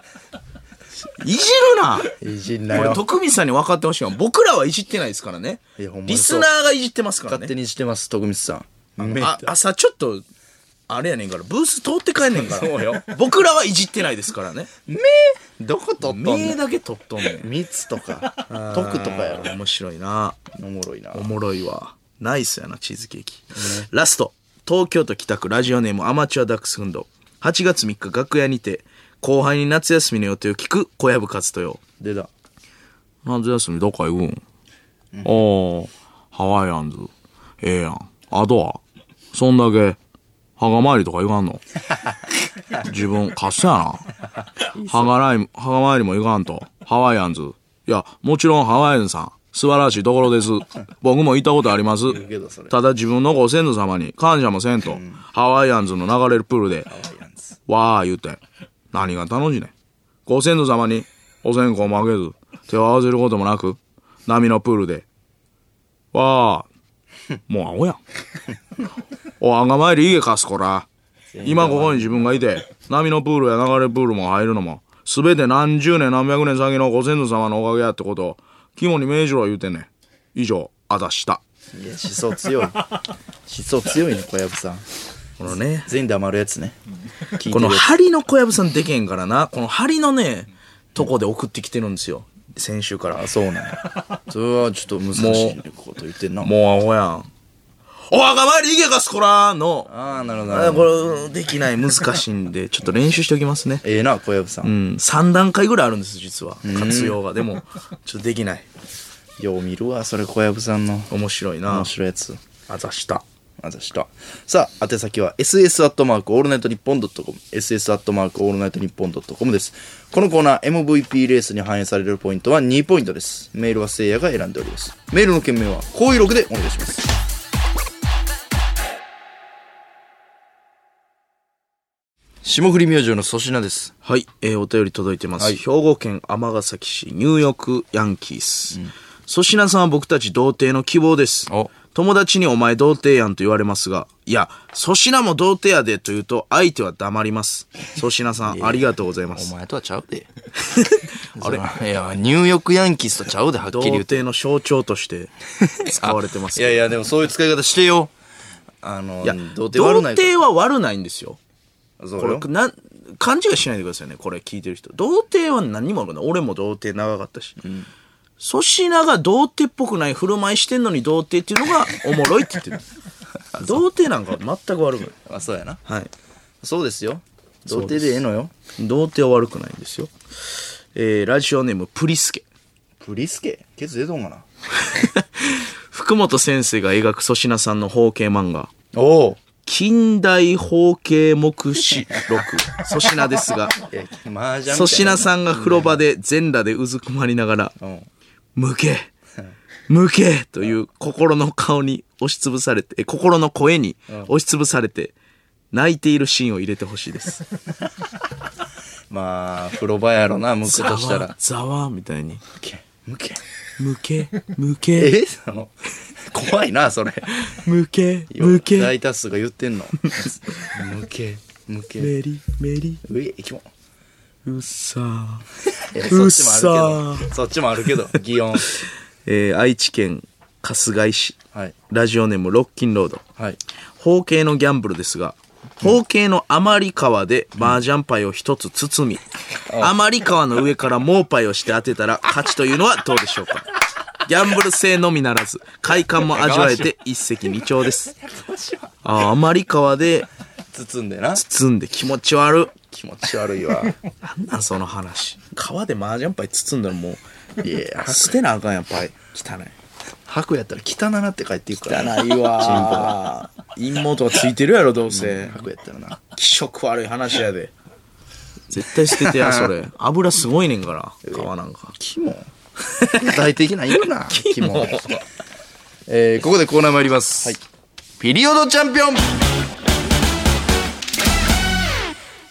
S2: いじるな。
S1: いじんな
S2: これ
S1: よ。
S2: 徳光さんに分かってほしいわ。僕らはいじってないですからね。
S1: いやほんまに
S2: リス
S1: そう
S2: ナーがいじってますから
S1: 勝手
S2: ね。
S1: にしてます、徳光さん。め
S2: あ朝ちょっと、あれやねんから、ブース通って帰ん ねんから。僕らはいじってないですからね。
S1: どこ取っとんね
S2: 目
S1: ん。
S2: だけ取っとんねん。
S1: 蜜とか、徳とかやろ。
S2: 面白いな。
S1: おもろいな。
S2: おもろいわ。ナイスやな、チーズケーキ。ラスト。東京都北区ラジオネームアマチュアダックスフンド。8月3日楽屋にて、後輩に夏休みの予定を聞く小籔和豊。
S1: 出た。
S3: 夏休みどっか行くん、おあ、ハワイアンズ。ええやん。あとは、そんだけ、墓参りとか行か んの自分、カスやな。墓ライム墓参りも行かんと。ハワイアンズ。いや、もちろんハワイアンズさん。素晴らしいところです。僕も行ったことあります
S1: けどそれ。
S3: ただ自分のご先祖様に感謝もせんと。ハワイアンズの流れるプールで、わー言うて、何が楽しいねん。ご先祖様にお線香もあげず、手を合わせることもなく、波のプールで、わあ、もう青やん。お、あがまいり家かすこら。今ここに自分がいて、波のプールや流れプールも入るのも、すべて何十年何百年先のご先祖様のおかげやってことを、肝に銘じろ言うてんねん。以上、あたした。
S1: いや、思想強い。思想強いね、小籔さん。
S2: このね、
S1: 全員黙るやつね。聞い
S2: こ
S1: てるや
S2: の
S1: つ
S2: 針の小籔さんでけへんからな、この針のね、とこで送ってきてるんですよ。先週から。
S1: あ、そうなんやそれはちょっと難しいこと言ってんな。もう。
S2: もうアホやん。お墓参り行けかすこらの。
S1: ああ、なるほどなる
S2: あ
S1: ほど。
S2: これ、できない、難しいんで、ちょっと練習しておきますね。
S1: ええな、小籔さん。
S2: うん、3段階ぐらいあるんです、実は。活用が。でも、ちょっとできない。
S1: よう見るわ、それ小籔さんの。
S2: 面白いな
S1: 面。白いやつ。
S2: あざした。
S1: あざした。さあ、宛先は ss アットマークオールナイトニッポンドットコム、ss アットマークオールナイトニッポンドットコムです。このコーナー MVP レースに反映されるポイントは2ポイントです。メールはせいやが選んでおります。メールの件名は高意録でお願いします。霜降り明星の粗品です。
S2: はい、えーお便り届いてます。
S1: はい
S2: 兵庫県尼崎市、ニューヨークヤンキース。粗、品さんは僕たち童貞の希望です
S1: お。
S2: 友達にお前童貞やんと言われますが、いや、粗品も童貞やでと言うと相手は黙ります。粗品さん、ありがとうございます。
S1: 前とはちゃう で。あれいや、ニューヨークヤンキースとちゃうで、はっ
S2: 童貞の象徴として使われてます
S1: いやいや、でもそういう使い方してよ。あの、
S2: いや、
S1: 童
S2: 童
S1: 貞悪ないから
S2: 貞は悪ないんですよ。
S1: そう
S2: こ
S1: よ
S2: れ、な、勘違いしないでくださいね。これ聞いてる人。童貞は何にも悪くない。俺も童貞長かったし。粗品が童貞っぽくない振る舞いしてんのに童貞っていうのがおもろいって言って る。童貞なんか全く悪くない。
S1: あそうやな
S2: はい。
S1: そうですよ童
S2: うで
S1: 貞
S2: す
S1: でええのよ
S2: 童貞は悪くないんですよ。えー、ラジオネームプリスケ。
S1: プリスケケツ出とんかな
S2: 福本先生が描く粗品さんの包茎漫画。
S1: おお
S2: 近代包茎目視録。粗品です が。
S1: いや麻雀
S2: 粗品さんが風呂場で全裸でうずくまりながら、
S1: うん
S2: 向け向けという心の顔に押しつぶされて、え心の声に押しつぶされて、泣いているシーンを入れてほし いです。
S1: まあ風呂場やろな向く
S2: ざ
S1: とした
S2: わ
S1: ら、
S2: ざわみたいに。
S1: 向け向け
S2: 向 け、向け、
S1: えその怖いなそれ
S2: 向け、向け、
S1: 大多数が言ってんの向け向け
S2: メリ、メリ、
S1: うえいきも
S2: うっさー。
S1: いやそっちもあるけどそっちもあるけど擬音
S2: えー愛知県春日井市、
S1: はい
S2: ラジオネームロッキンロード。
S1: はい
S2: 方形のギャンブルですが、方形の余り川で麻雀パイを一つ包み、余り川の上から猛パイをして当て たら勝ちというのはどうでしょうかギャンブル性のみならず、快感も味わえて一石二鳥です。あー余り川で
S1: 包んでな
S2: 包んで気持ち悪。
S1: 気持ち悪い わ
S2: なんなんその話。川で麻雀パイ包んだらもう、
S1: いや
S2: 捨てなあかんやん、パイ。汚い。
S1: 白やったら汚なって帰っていくから
S2: 汚いわ陰謀とかついてるやろどうせ
S1: 白やったらな
S2: 気色悪い話やで絶対捨ててやそれ油すごいねんから皮なんか
S1: キモ具体的な言う なキモえーここでコーナー参ります、ピリオドチャンピオン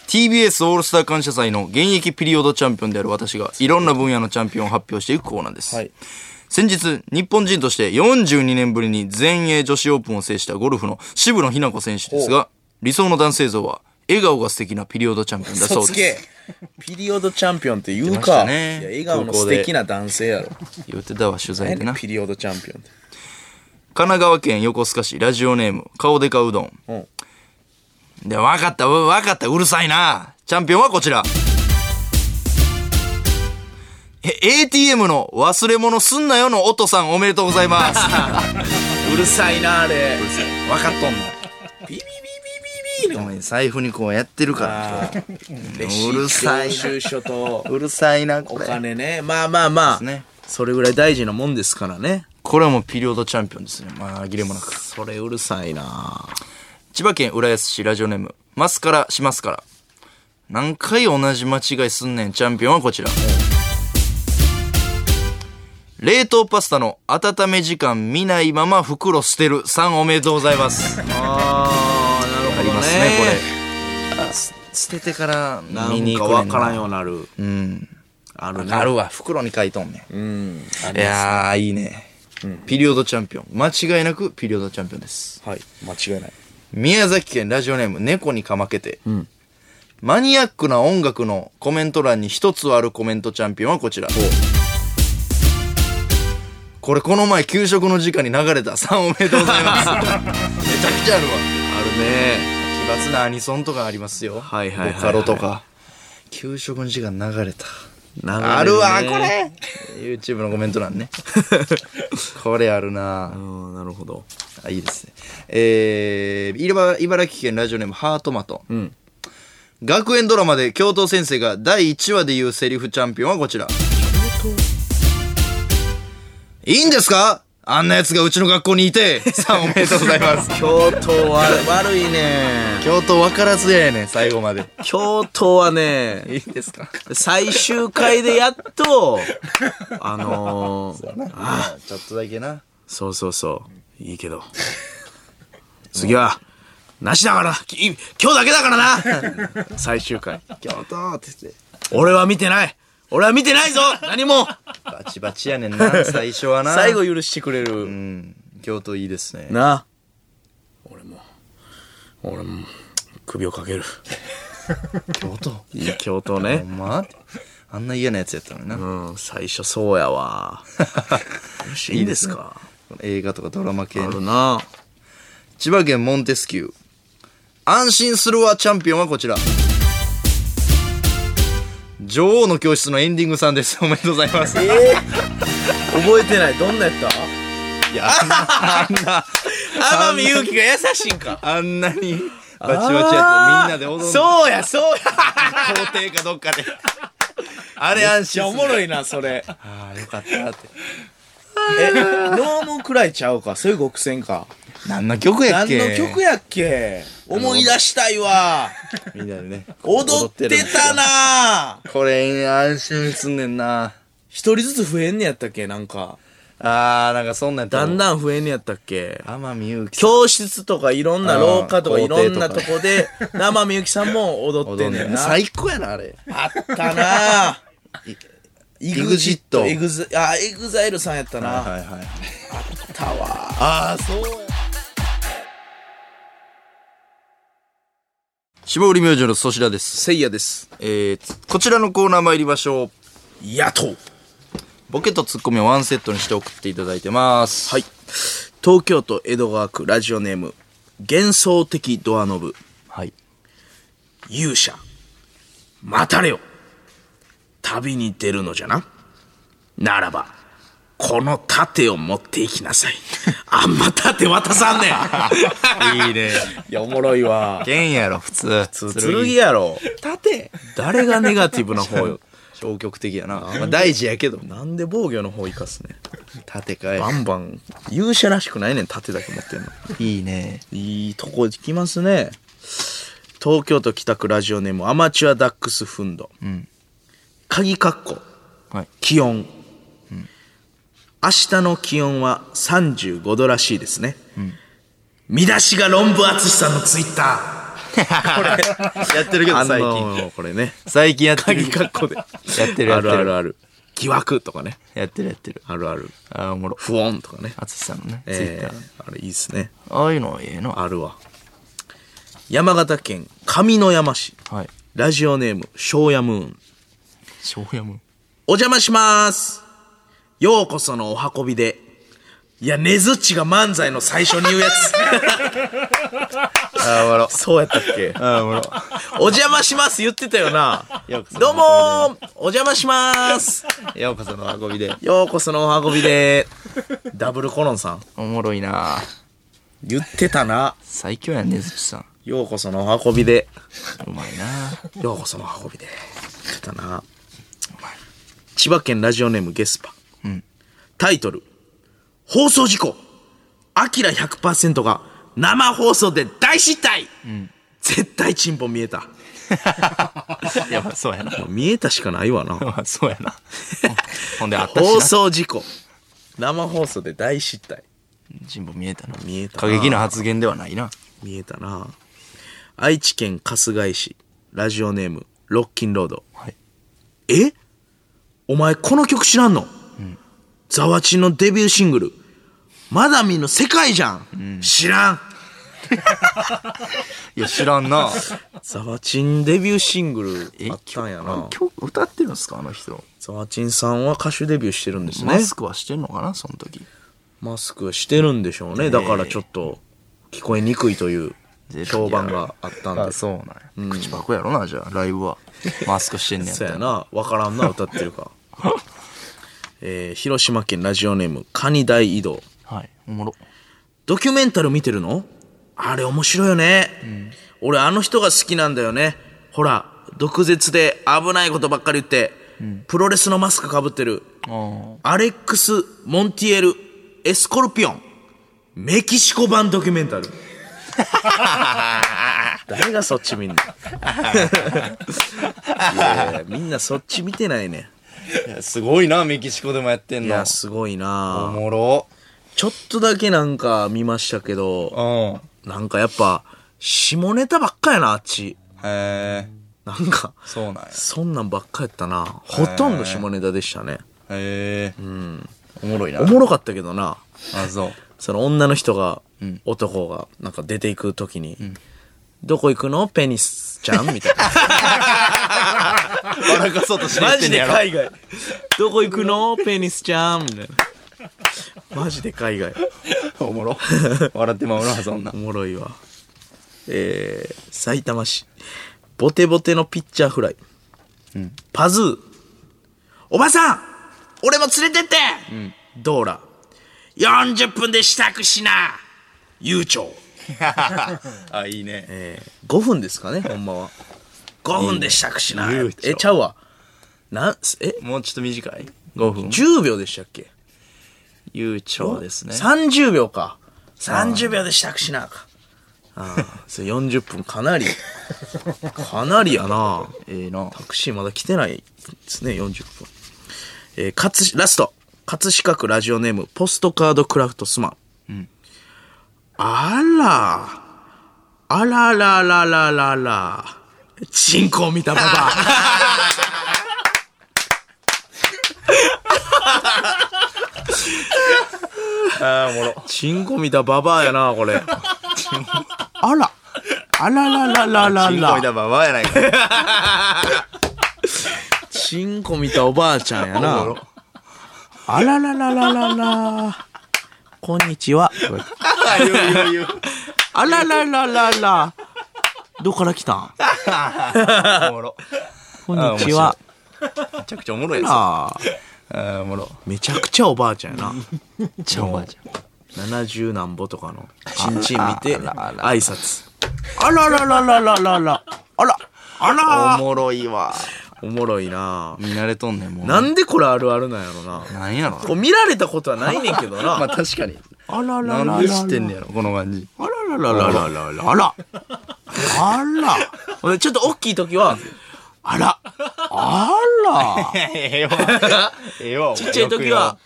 S1: TBS オールスター感謝祭の現役ピリオドチャンピオンである私がいろんな分野のチャンピオンを発表していくコーナーです、
S2: はい
S1: 先日、日本人として42年ぶりに全英女子オープンを制したゴルフの渋野日向子選手ですが、理想の男性像は笑顔が素敵なピリオドチャンピオンだ
S2: そ
S1: そうう
S2: つ
S1: です。
S2: けピリオドチャンピオンって言う
S1: 言ってまし
S2: か
S1: たね
S2: いや笑顔の素敵な男性やろ
S1: 言ってたわ、取材で
S2: 何やね。
S1: なん
S2: ピリオドチャンピオンっ
S1: 神
S2: て
S1: 奈川県横須賀市ラジオネーム顔でかうどん、
S2: うん
S1: で分かった分かったうるさいなチャンピオンはこちらえ ATM の忘れ物すんなよの音さんおめでとうござい ます
S2: うるさいなあれ
S1: 分かっとんの
S2: ビビビビビビの
S1: 財布にこうやってるから
S2: レシー
S1: う
S2: ト
S1: るさいな
S2: 領収書と
S1: うるさいなこ
S2: お
S1: れ
S2: 金ねまあまあまあ、
S1: ね
S2: それぐらい大事なもんですからね
S1: これはもうピリオドチャンピオンですね紛れもなく
S2: それうるさいな
S1: 千葉県浦安市ラジオネームマスカラしますから何回同じ間違いすんねんチャンピオンはこちら冷凍パスタの温め時間見ないまま袋捨てるさんおめでとうございます
S2: あーなるほ
S1: あ
S2: どね
S1: りますねこれす捨ててから見に行く
S2: なんか分からん
S1: よ
S2: ようになるうんあるね
S1: あるわ袋に書いとんねんいやーいいねピリオドチャンピオン間違いなくピリオドチャンピオンです
S2: はい間違いない
S1: 宮崎県ラジオネーム猫にかまけて、マニアックな音楽のコメント欄に一つあるコメントチャンピオンはこちらこれこの前給食の時間に流れた3おめでとうございます めちゃくちゃあるわ
S2: あるね
S1: 奇抜なアニソンとかありますよ
S2: はいはいはいはい
S1: ボカロとか給食の時間流れた
S2: 流れね
S1: あるわこれ YouTube のコメント欄 ねこれあるな
S2: うんなるほど
S1: あいいですねえー、茨茨城県ラジオネームハートマト、
S2: ん
S1: 学園ドラマで教頭先生が第1話で言うセリフチャンピオンはこちらいいんですかあんな奴がうちの学校にいてさんおめでとうございます
S2: 教頭は悪いね
S1: 教頭分からずやね最後まで
S2: 教頭はね
S1: いいんですか
S2: 最終回でやっ と、あのー、
S1: ちょっとだけな
S2: そうそうそう、いいけど。次は、なしだからき今日だけだからな最終回。
S1: 教頭って言って
S2: 俺は見てない俺は見てないぞ何も
S1: バチバチやねんな最初はな
S2: 最後許してくれる。
S1: うん教頭いいですね
S2: な俺も、俺も、首をかける。
S1: 教頭
S2: いい教頭
S1: ほ
S2: ね。
S1: んまあんな嫌なやつやったのにな、
S2: うん、最初そうやわ。 いいですか
S1: 映画とかドラマ系
S2: あ
S1: の
S2: るな
S1: 千葉県モンテスキュー安心するわチャンピオンはこちら女王の教室のエンディングさんですおめでとうございますい
S2: 覚えてない。どんなやった
S1: やあんな
S2: 天海祐希が優しいんか。
S1: あんなにバチバチやったみんなで踊るう
S2: そうや、そうや。
S1: 校庭かどっかであれ安心す
S2: いや、
S1: る
S2: おもろいな、そ れ。
S1: ああよかったって
S2: え、ノームくらいちゃうか。そういう極戦か。
S1: 何の曲やっ
S2: 何
S1: け
S2: の曲やっけ思い出したいわ。
S1: みんなでね
S2: 踊っ
S1: る
S2: て
S1: んですよ
S2: たな
S1: これ安心すんねんな
S2: 一人ずつ増えんねやったっけなんか。
S1: あーなんかそんなんやった
S2: だん
S1: ん
S2: だん増えんねやったっけ
S1: 天海祐希さん
S2: 教室とかいろんな廊下と
S1: あ
S2: か
S1: ー
S2: いろんな
S1: 校庭と
S2: と
S1: か
S2: こで、生みゆきさんも踊って
S1: 踊ん
S2: んね
S1: ねん
S2: ん
S1: な
S2: な。
S1: 最高やなあれ
S2: あったなイ
S1: EXIT
S2: エグザあ、エグザイルさんやったな。
S1: はいはい
S2: タワー。
S1: ああそう絞り明星の粗品です、
S2: せいやです。
S1: えーつこちらのコーナー参りましょう
S2: 野党。
S1: ボケとツッコミをワンセットにして送っていただいてます
S2: はい。東京都江戸川区ラジオネーム、幻想的ドアノブ、
S1: はい
S2: 勇者。待たれよ。旅に出るのじゃな。ならば、この盾を持っていきなさ い。あんま盾渡さん ねん。
S1: いいね
S2: いや、おもろいわ。
S1: 剣やろ普通
S2: 剣やろ。
S1: 盾
S2: 誰がネガティブな方よ。
S1: 消極的やな。まあ、大事やけど。
S2: なんで防御の方生かすね
S1: 立て替
S2: バンバン勇者らしくないねん盾だけ持ってんの
S1: え。いいね。
S2: いいとこ行きますね。東京都北区ラジオネームアマチュアダックスフンド。鍵括弧
S1: はい。
S2: 気温、明日の気温は35度らしいですね。見出しが論文淳さんのツイッター。
S1: やってるけど、最近。
S2: これね。
S1: 最近やってる
S2: 鍵。括弧で。 や
S1: やってるやってる
S2: あるあるある。疑惑とかね。
S1: やってるやってる。
S2: あるある。
S1: あーおもろ。
S2: 不穏とかね。
S1: あつしさんのね、ツイッ
S2: え
S1: ター。
S2: ー、あれいいっすね。
S1: ああいうのええな。
S2: あるわ。山形県上山市。
S1: はい。
S2: ラジオネーム、ショーヤムーン。
S1: しょうやむ。
S2: お邪魔します。ようこそのお運びで。いや、ねずっちが漫才の最初に言うや
S1: ああ、おもろ。
S2: つ。そうやったっけ
S1: ああ、おもろ。
S2: お邪魔します言ってたよな。
S1: ようこそ
S2: どうもーお邪魔します。
S1: ようこその運びで。
S2: ようこそのお運びで。ダブルコロンさん。
S1: おもろいな。
S2: 言ってたな。
S1: 最強やんねずっちさん。
S2: ようこそのお運びで。
S1: うまいな。
S2: ようこその運びで。言ってたな。千葉県ラジオネームゲスパ。タイトル。放送事故。アキラ100%が生放送で大失態、絶対チンポ見えた。
S1: い や、まあそうやな。
S2: 見えたしかないわ な。
S1: まあそうやな。ほんで、あった
S2: 放
S1: し
S2: 送事故。生放送で大失態。
S1: な。人望見えたな。
S2: 見えたな
S1: 過激な発言ではないな。
S2: 見えたな。愛知県春日井市。ラジオネーム、ロッキンロード。
S1: はい。
S2: えお前この曲知らんの、ザワチンのデビューシングル。まだ見ぬ世界じゃん、知らん
S1: いや、知らん な。
S2: ザワチンデビューシングルあったんや
S1: 今
S2: な。
S1: 日歌ってるんですかあの人。
S2: ザワチンさんは歌手デビューしてるんですね
S1: マ。スクはしてんのかなその時。
S2: マスクしてるんでしょうね。だからちょっと聞こえにくいという評判があったんで。
S1: そうなんや。口パクやろな、じゃあ、ライブ は。マスクしてんねやった
S2: そう
S1: ら
S2: や。な。わからんな、歌ってるか。 えー、広島県ラジオネーム、カニ大移動。
S1: はい。おもろ。
S2: ドキュメンタル見てるのあれ面白いよね、俺あの人が好きなんだよね。ほら、毒舌で危ないことばっかり言って、プロレスのマスクかぶってる。
S1: あ
S2: アレックス・モンティエル・エスコルピオン。メキシコ版ドキュメンタル。 誰がそっち見んの いやいやみんなそっち見てないね。
S1: あ。すごいな、メキシコでもやってん
S2: い
S1: の
S2: や、。すごい
S1: お
S2: な
S1: もろ。
S2: ちょっとだけなんか見ましたけ
S1: う
S2: ど、
S1: ん。
S2: なんかやっぱ、下ネタばっかやな、あっち。
S1: へえ。
S2: なんか、
S1: そうなんや。
S2: そんなんばっかやったな。ほとんど下ネタでしたね。
S1: へえ。うん。おもろいな
S2: お。もろかったけどな。
S1: あ、そう。
S2: その女の人が、男が、なんか出ていくときに、どこ行くのペニスちゃんみたい な。
S1: 笑かそうとし
S2: マ
S1: て
S2: ジ
S1: んね
S2: で
S1: やろ。
S2: 海外。どこ行くのペニスちゃんみたいな。マジで海外。
S1: おもろ。 笑ってまうな、そんな
S2: お。もろいわ。えー、埼玉市。ボテボテのピッチャーフライ。パズー。おばさん俺も連れてって、ドーラ。40分で支度しな悠長。
S1: あ、いいね。
S2: えー、5分ですかね、ほんまは。5分で支度しな。
S1: 悠長
S2: え、ちゃうわ。なん、え
S1: もうちょっと短い ?5 分。
S2: ?10 秒でしたっけ
S1: 悠長ですね。
S2: 30秒か。30秒で支度しなあか。ああ、それ40分かなり、 かなりやな。
S1: ええな。
S2: タクシーまだ来てないですね、40分。えー、かつ、ラスト。葛飾区ラジオネーム、ポストカードクラフトスマン。あら。あらららららら。チンコを見たパパ。
S1: あ、おもろ。
S2: チンコ見たババアやな、これ。
S3: あら。あららららら
S1: チンコ見
S3: ら。
S1: たばばやないか。
S2: チンコ見たおばあちゃんやな。
S3: あらららららら。
S2: こんにちは。
S1: あ、言う言う言う。
S2: あららららら。どこから来たん
S1: おもろ。
S2: こんにちは。
S1: めちゃくちゃおもろいやつ。あ
S2: あー
S1: ー、おもろ。
S2: めちゃくちゃおばあちゃんやな。
S1: めっちゃおばあちゃん。
S2: 70何歩とかのチンチン見て挨拶
S3: あららららららら。あら。あら。
S1: もろいわ。
S2: おもろいな
S1: 見慣れとんねん、もう。
S2: なんでこれあるあるなんやろな。
S1: なんやろ
S2: こう見られたことはないねんけどな。
S1: まあ確かに。
S3: あららら
S1: な
S3: ら
S1: んで知ってんねやろ、この感じ。
S3: あらららららららら。あら。
S2: ほんでちょっと大きい時は、
S3: あら。あら。
S1: ええよ。ええよ。
S2: ちっちゃい時は、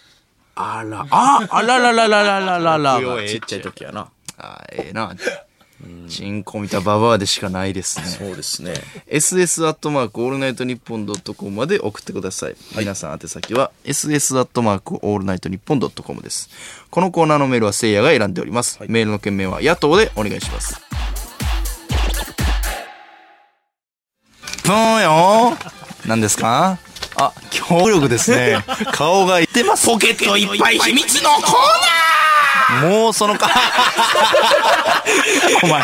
S3: あら。あ、あらららららららら。
S1: よくよ。
S2: ちっちゃい時やな。
S1: あーええな。チンコ見たババアでしかないですね。
S2: そうですね。
S1: ss アットマークオールナイトニッポンドットコムまで送ってください。皆さん宛先は ss アットマークオールナイトニッポンドットコムです。このコーナーのメールはせいやが選んでおります。メールの件名は野党でお願いします。ぷーよー。何ですかあ、強力ですね。顔がいってます。
S2: ポケットいっぱい秘密のコー
S1: もうそのか お前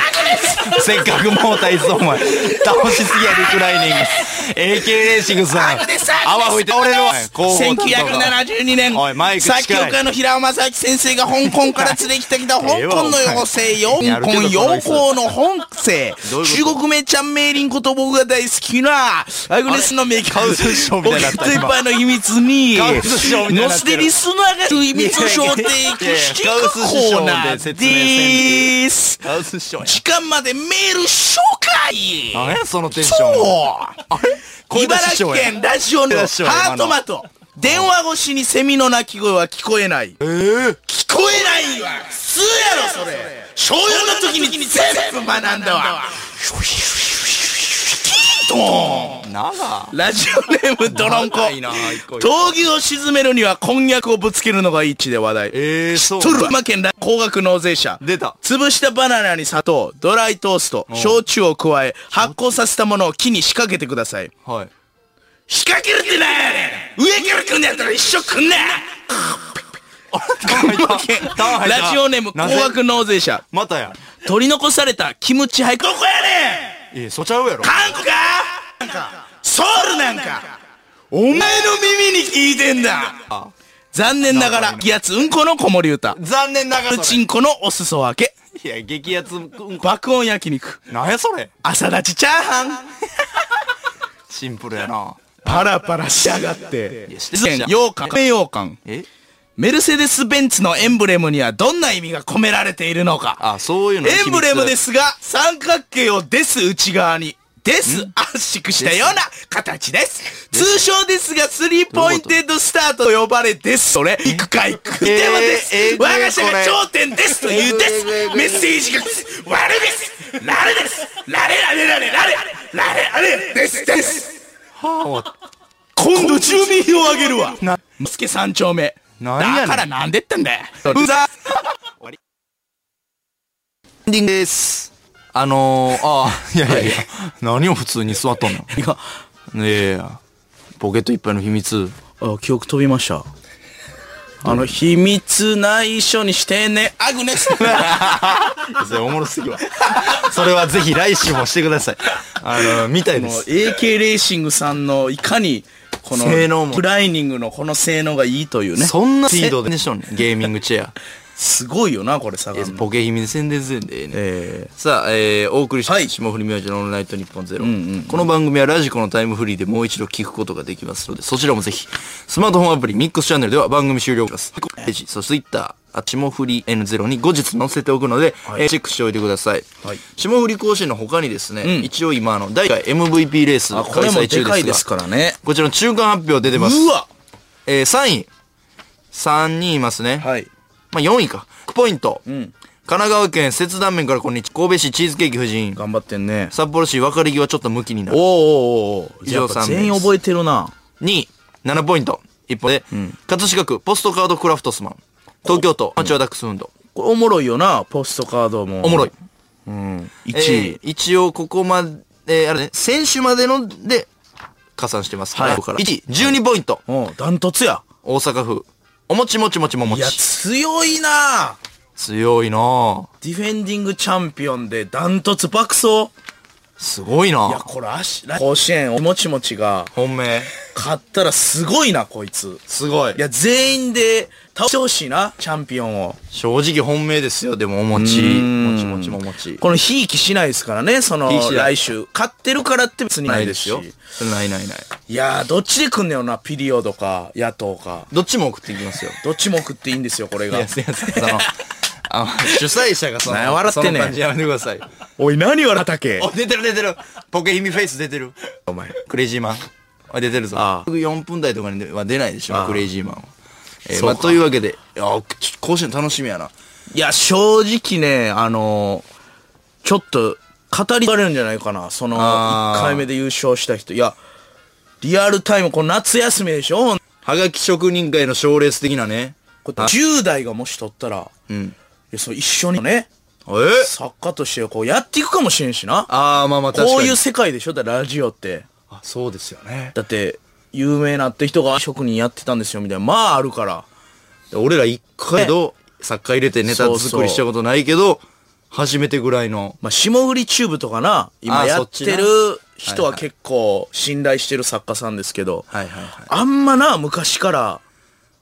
S1: せっかくもう体操お前倒しすぎやリクライニング AK レーシングさん
S2: ナーでさ、
S1: 泡吹いて倒れるわ後方とか
S2: 1972年
S1: おいマイ、ク近い
S2: 作曲家の平尾正明先生が香港から連れてきた香
S1: ええわ
S2: 港の妖精、
S1: お前
S2: 香港陽光の本性
S1: どういうこと
S2: 中国名ちゃんメイリンこと僕が大好きな、アグネスの名曲、
S1: カウズショーみたいになった
S2: ポケットいっぱいの秘密に、
S1: カウズショーみたいにな
S2: 乗
S1: っ
S2: せ
S1: てる
S2: てリスナーが秘密を承定していくコーナーです。
S1: ハウスショー
S2: 時間までメール紹介
S1: や何やそのテンション
S2: そう
S1: 声出
S2: 茨
S1: し師
S2: 城
S1: 匠や
S2: 県ラジオの
S1: 声出し師匠や
S2: ハートマト電話越しにセミの鳴き声は聞こえない。聞こえないわ普通やろそれ小4の時に全部学んだわキートン
S1: なあ
S2: ラジオネームドロンコ
S1: いな一個一個
S2: 闘牛を沈めるにはこんにゃくをぶつけるのが一致で話題
S1: ええそう
S2: トルマ県高額納税者
S1: 出た
S2: 潰したバナナに砂糖ドライトースト焼酎を加え発酵させたものを木に仕掛けてください
S1: はい
S2: 仕掛けるってなんやねん上から来んのやったら一生来んな ラジオネーム高額納税者
S1: またや
S2: 取り残されたキムチ俳句ここやねん
S1: ええそちゃうやろ
S2: 韓国かなんかソウルなんかお前の耳に聞いてんだ残念ながら気圧うんこの子守歌
S1: 残念ながら
S2: チンコのお裾分け
S1: いや激アツうんこ
S2: 爆音焼肉
S1: なんやそれ
S2: 朝立ちチャーハン
S1: シンプルやな
S2: パラパラしやがって
S1: いやしてるじゃん
S2: 羊羹亀羊羹
S1: え
S2: メルセデス・ベンツのエンブレムにはどんな意味が込められているのか
S1: あそういうの
S2: エンブレムですすが三角形をです内側にです圧縮したような形です通称ですがスリーポインテッドスタートと呼ばれですそれ行くか行くでもです、
S1: えーえー
S2: 我が社
S1: こ
S2: が
S1: れ
S2: 頂点ですというで
S1: えーえーえ
S2: す
S1: ー
S2: メッセージがです悪ですラレですラレラレラレラレラレラレですです今度住民票あげるわ
S1: な
S2: マスケ三丁目
S1: なんやねん
S2: だからなんでってんだよ
S1: うざエンディングです。あのー、ああ、いやいやいや、何を普通に座っとんの いや、いやいや、ポケットいっぱいの秘密。
S2: あ、記憶飛びました。あの、秘密内緒にしてね、アグネス
S1: それおもろすぎわ。それはぜひ来週もしてください。あのー、みたいで
S2: もう
S1: す。
S2: AK レーシングさんのいかに、この、
S1: 性能も
S2: クライニングのこの性能がいいというね。
S1: そんなスピードでしょんねんゲーミングチェア。
S2: すごいよな、これ、下が
S1: え
S2: るの。
S1: ポケ秘密宣伝せんでええねん
S2: え
S1: さあ、えー、お送りした、
S2: はい
S1: 霜降り明星のオールナイトニッポンゼロ、この番組はラジコのタイムフリーでもう一度聞くことができますので、そちらもぜひ、スマートフォンアプリミックスチャンネルでは番組終了後です。ページ、そして Twitter、あ霜降り N0 に後日載せておくので、えーチェックしておいてください。
S2: はい
S1: 霜降り甲子園の他にですね、一応今、あの、第1回 MVP レース
S2: ー、あ、
S1: 開
S2: これも
S1: 催中です
S2: でか
S1: が
S2: いですからね。
S1: こちらの中間発表出てます。
S2: うわ
S1: えー、3位。3人いますね。
S2: はい。
S1: まあ、4位か。ポイント。神奈川県切断面からこんにちは。神戸市チーズケーキ夫人。
S2: 頑張ってんね。
S1: 札幌市分かり際ちょっと向きにな
S2: おー
S1: る。
S2: おーおーおー
S1: 以上
S2: やっぱ
S1: 三名です
S2: 全員覚えてるな。
S1: 2位、7ポイント。一歩で、葛飾区ポストカードクラフトスマン。東京都、アマチュアダックス運動。
S2: これおもろいよな、ポストカードも。
S1: おもろい。。え
S2: 1
S1: ー
S2: 位。
S1: 一応ここまで、えーあれね、選手までので、加算してます。
S2: はい
S1: ここから1位、12ポイント。
S2: うん、ダントツや。
S1: 大阪府、おもちもちもちもも
S2: いや、
S1: ち。
S2: 強いな
S1: 強いなぁ。
S2: ディフェンディングチャンピオンでダントツ爆走
S1: すごいない
S2: や、これ、足、甲子園、おもちもちが、
S1: 本命。
S2: 勝ったらすごいな、こいつ。
S1: すごい
S2: い。や、全員で倒してほしいな、チャンピオンを。
S1: 正直本命ですよ、でも、お餅。もちもちももち。
S2: この、ひいきしないですからね、その
S1: ひいきし、ない
S2: 来週。勝ってるからって別にないですよ。
S1: ないないない。
S2: いやー、どっちで来んねよな、ピリオドか、野党か。
S1: どっちも送っていきますよ。
S2: どっちも食っていいんですよ、これが。
S1: いません。その、 あの主催者がそ
S2: 何
S1: の、
S2: 笑ってんねん
S1: その感じやめてください。
S2: おい、何笑ったけ
S1: お、 出てる出てる。ポケヒミフェイス出てる。
S2: お前。
S1: クレイジーマン。あ出てるぞ。
S2: ああ
S1: 4分台とかには出ないでし
S2: あ
S1: ょ、
S2: あ
S1: クレイジーマンは。えー
S2: そう
S1: ま
S2: か
S1: あ、というわけで、いや、ちょ甲子園楽しみやな。
S2: いや、正直ね、あのーちょっと、語りかれるんじゃないかな。その、
S1: あー
S2: 1回目で優勝した人。いや、リアルタイム、この夏休みでしょ
S1: はがき職人会の賞レース的なね。
S2: これ10代がもし取ったら、い
S1: うん。
S2: やその一緒にね、
S1: え
S2: 作家としてこうやっていくかもしれんしな。
S1: ああ、まあまあ確かに。
S2: こういう世界でしょだからラジオって。
S1: あ、そうですよね。
S2: だって、有名なって人が職人やってたんですよ、みたいな。まああるから。
S1: 俺ら一回ど、作家入れてネタ作りしたことないけど、初めてぐらいの。
S2: まあ、霜降りチューブとかな、今
S1: あー
S2: や
S1: そ
S2: っ
S1: っち
S2: て
S1: な
S2: る人は結構信頼してる作家さんですけど、
S1: はいはいはい
S2: あんまな、昔から、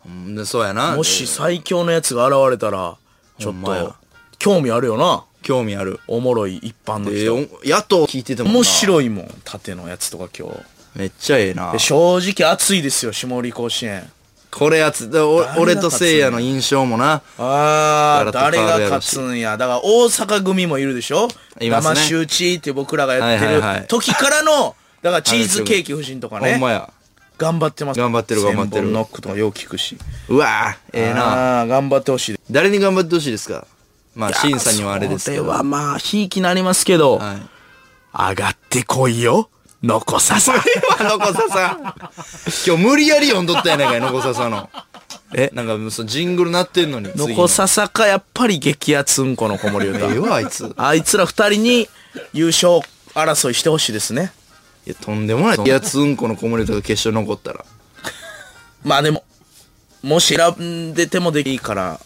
S1: うんでそうやな。
S2: もし最強のやつが現れたら、ち
S1: ほ
S2: ょっ
S1: んま
S2: と
S1: や、
S2: 興味あるよな。
S1: 興味ある。
S2: おもろい一般の
S1: え
S2: 人。
S1: ー、お野党聞いててもな
S2: 面白いもん、縦のやつとか今日。
S1: めっちゃええな
S2: で。正直熱いですよ、霜降り甲子園。
S1: これやつ、だお
S2: 誰が
S1: 俺と聖夜の印象もな。
S2: ああ、
S1: だから
S2: 誰
S1: とカー
S2: が
S1: ドや
S2: 勝
S1: ろし
S2: つんや。だから大阪組もいるでしょ
S1: いますね
S2: 生周知って僕らがやって
S1: はいはいは
S2: る
S1: い
S2: 時からの、だからチーズケーキ夫人とかね。
S1: ほんまや。
S2: 頑張ってます。
S1: 頑張ってる頑張ってる
S2: 千本ノックとかよう聞くし。
S1: うわぁ、ええな。
S2: あー頑張ってほしい。
S1: 誰に頑張ってほしいですかまあ、審査にはあれですけ
S2: こ
S1: ど。
S2: れは
S1: は
S2: まあ、ひいきになりますけど、
S1: い。
S2: 上がってこいよ、残ささ。
S1: 今のこささん。今日無理やり読んどったやないかい、のこささの。えなんか、そのジングル鳴ってんのに。次の
S2: 残ささか、やっぱり激アツうんこの子守
S1: ええ
S2: 歌。
S1: わ、あいつ。
S2: あいつら二人に優勝争いしてほしいですね。
S1: いや、とんでもない。いやつうんこの子守歌が決勝残ったら。
S2: まあでも、もし選んでてもでいいから、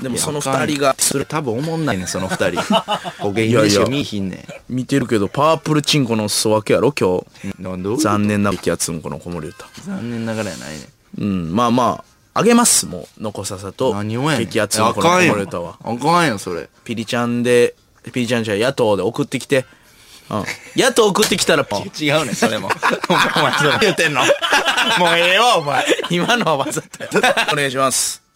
S2: でもその二人が
S1: それ多分思んないねんその二 人。保険入れしか見いひんね
S2: 見てるけど、パープルチンコの裾分けやろ、今日。
S1: ん。なんどう
S2: 残念な激アツうんこの子守歌。
S1: 残念ながらやないねん。
S2: うん、まあまあ、あげます、もう、残ささと、
S1: 何をやねん。
S2: 激アツのこの
S1: いやあかん
S2: これ
S1: よ
S2: 歌は。
S1: あかんよ、それ。
S2: ピリちゃんで、ピリちゃんじゃ野党で送ってきて、うん。野党送ってきたら、 ポン
S1: 違うねん、それも。 お 前、お前、それ言うてんの。もうええわ、お前。
S2: 今のはわざとやお願いします。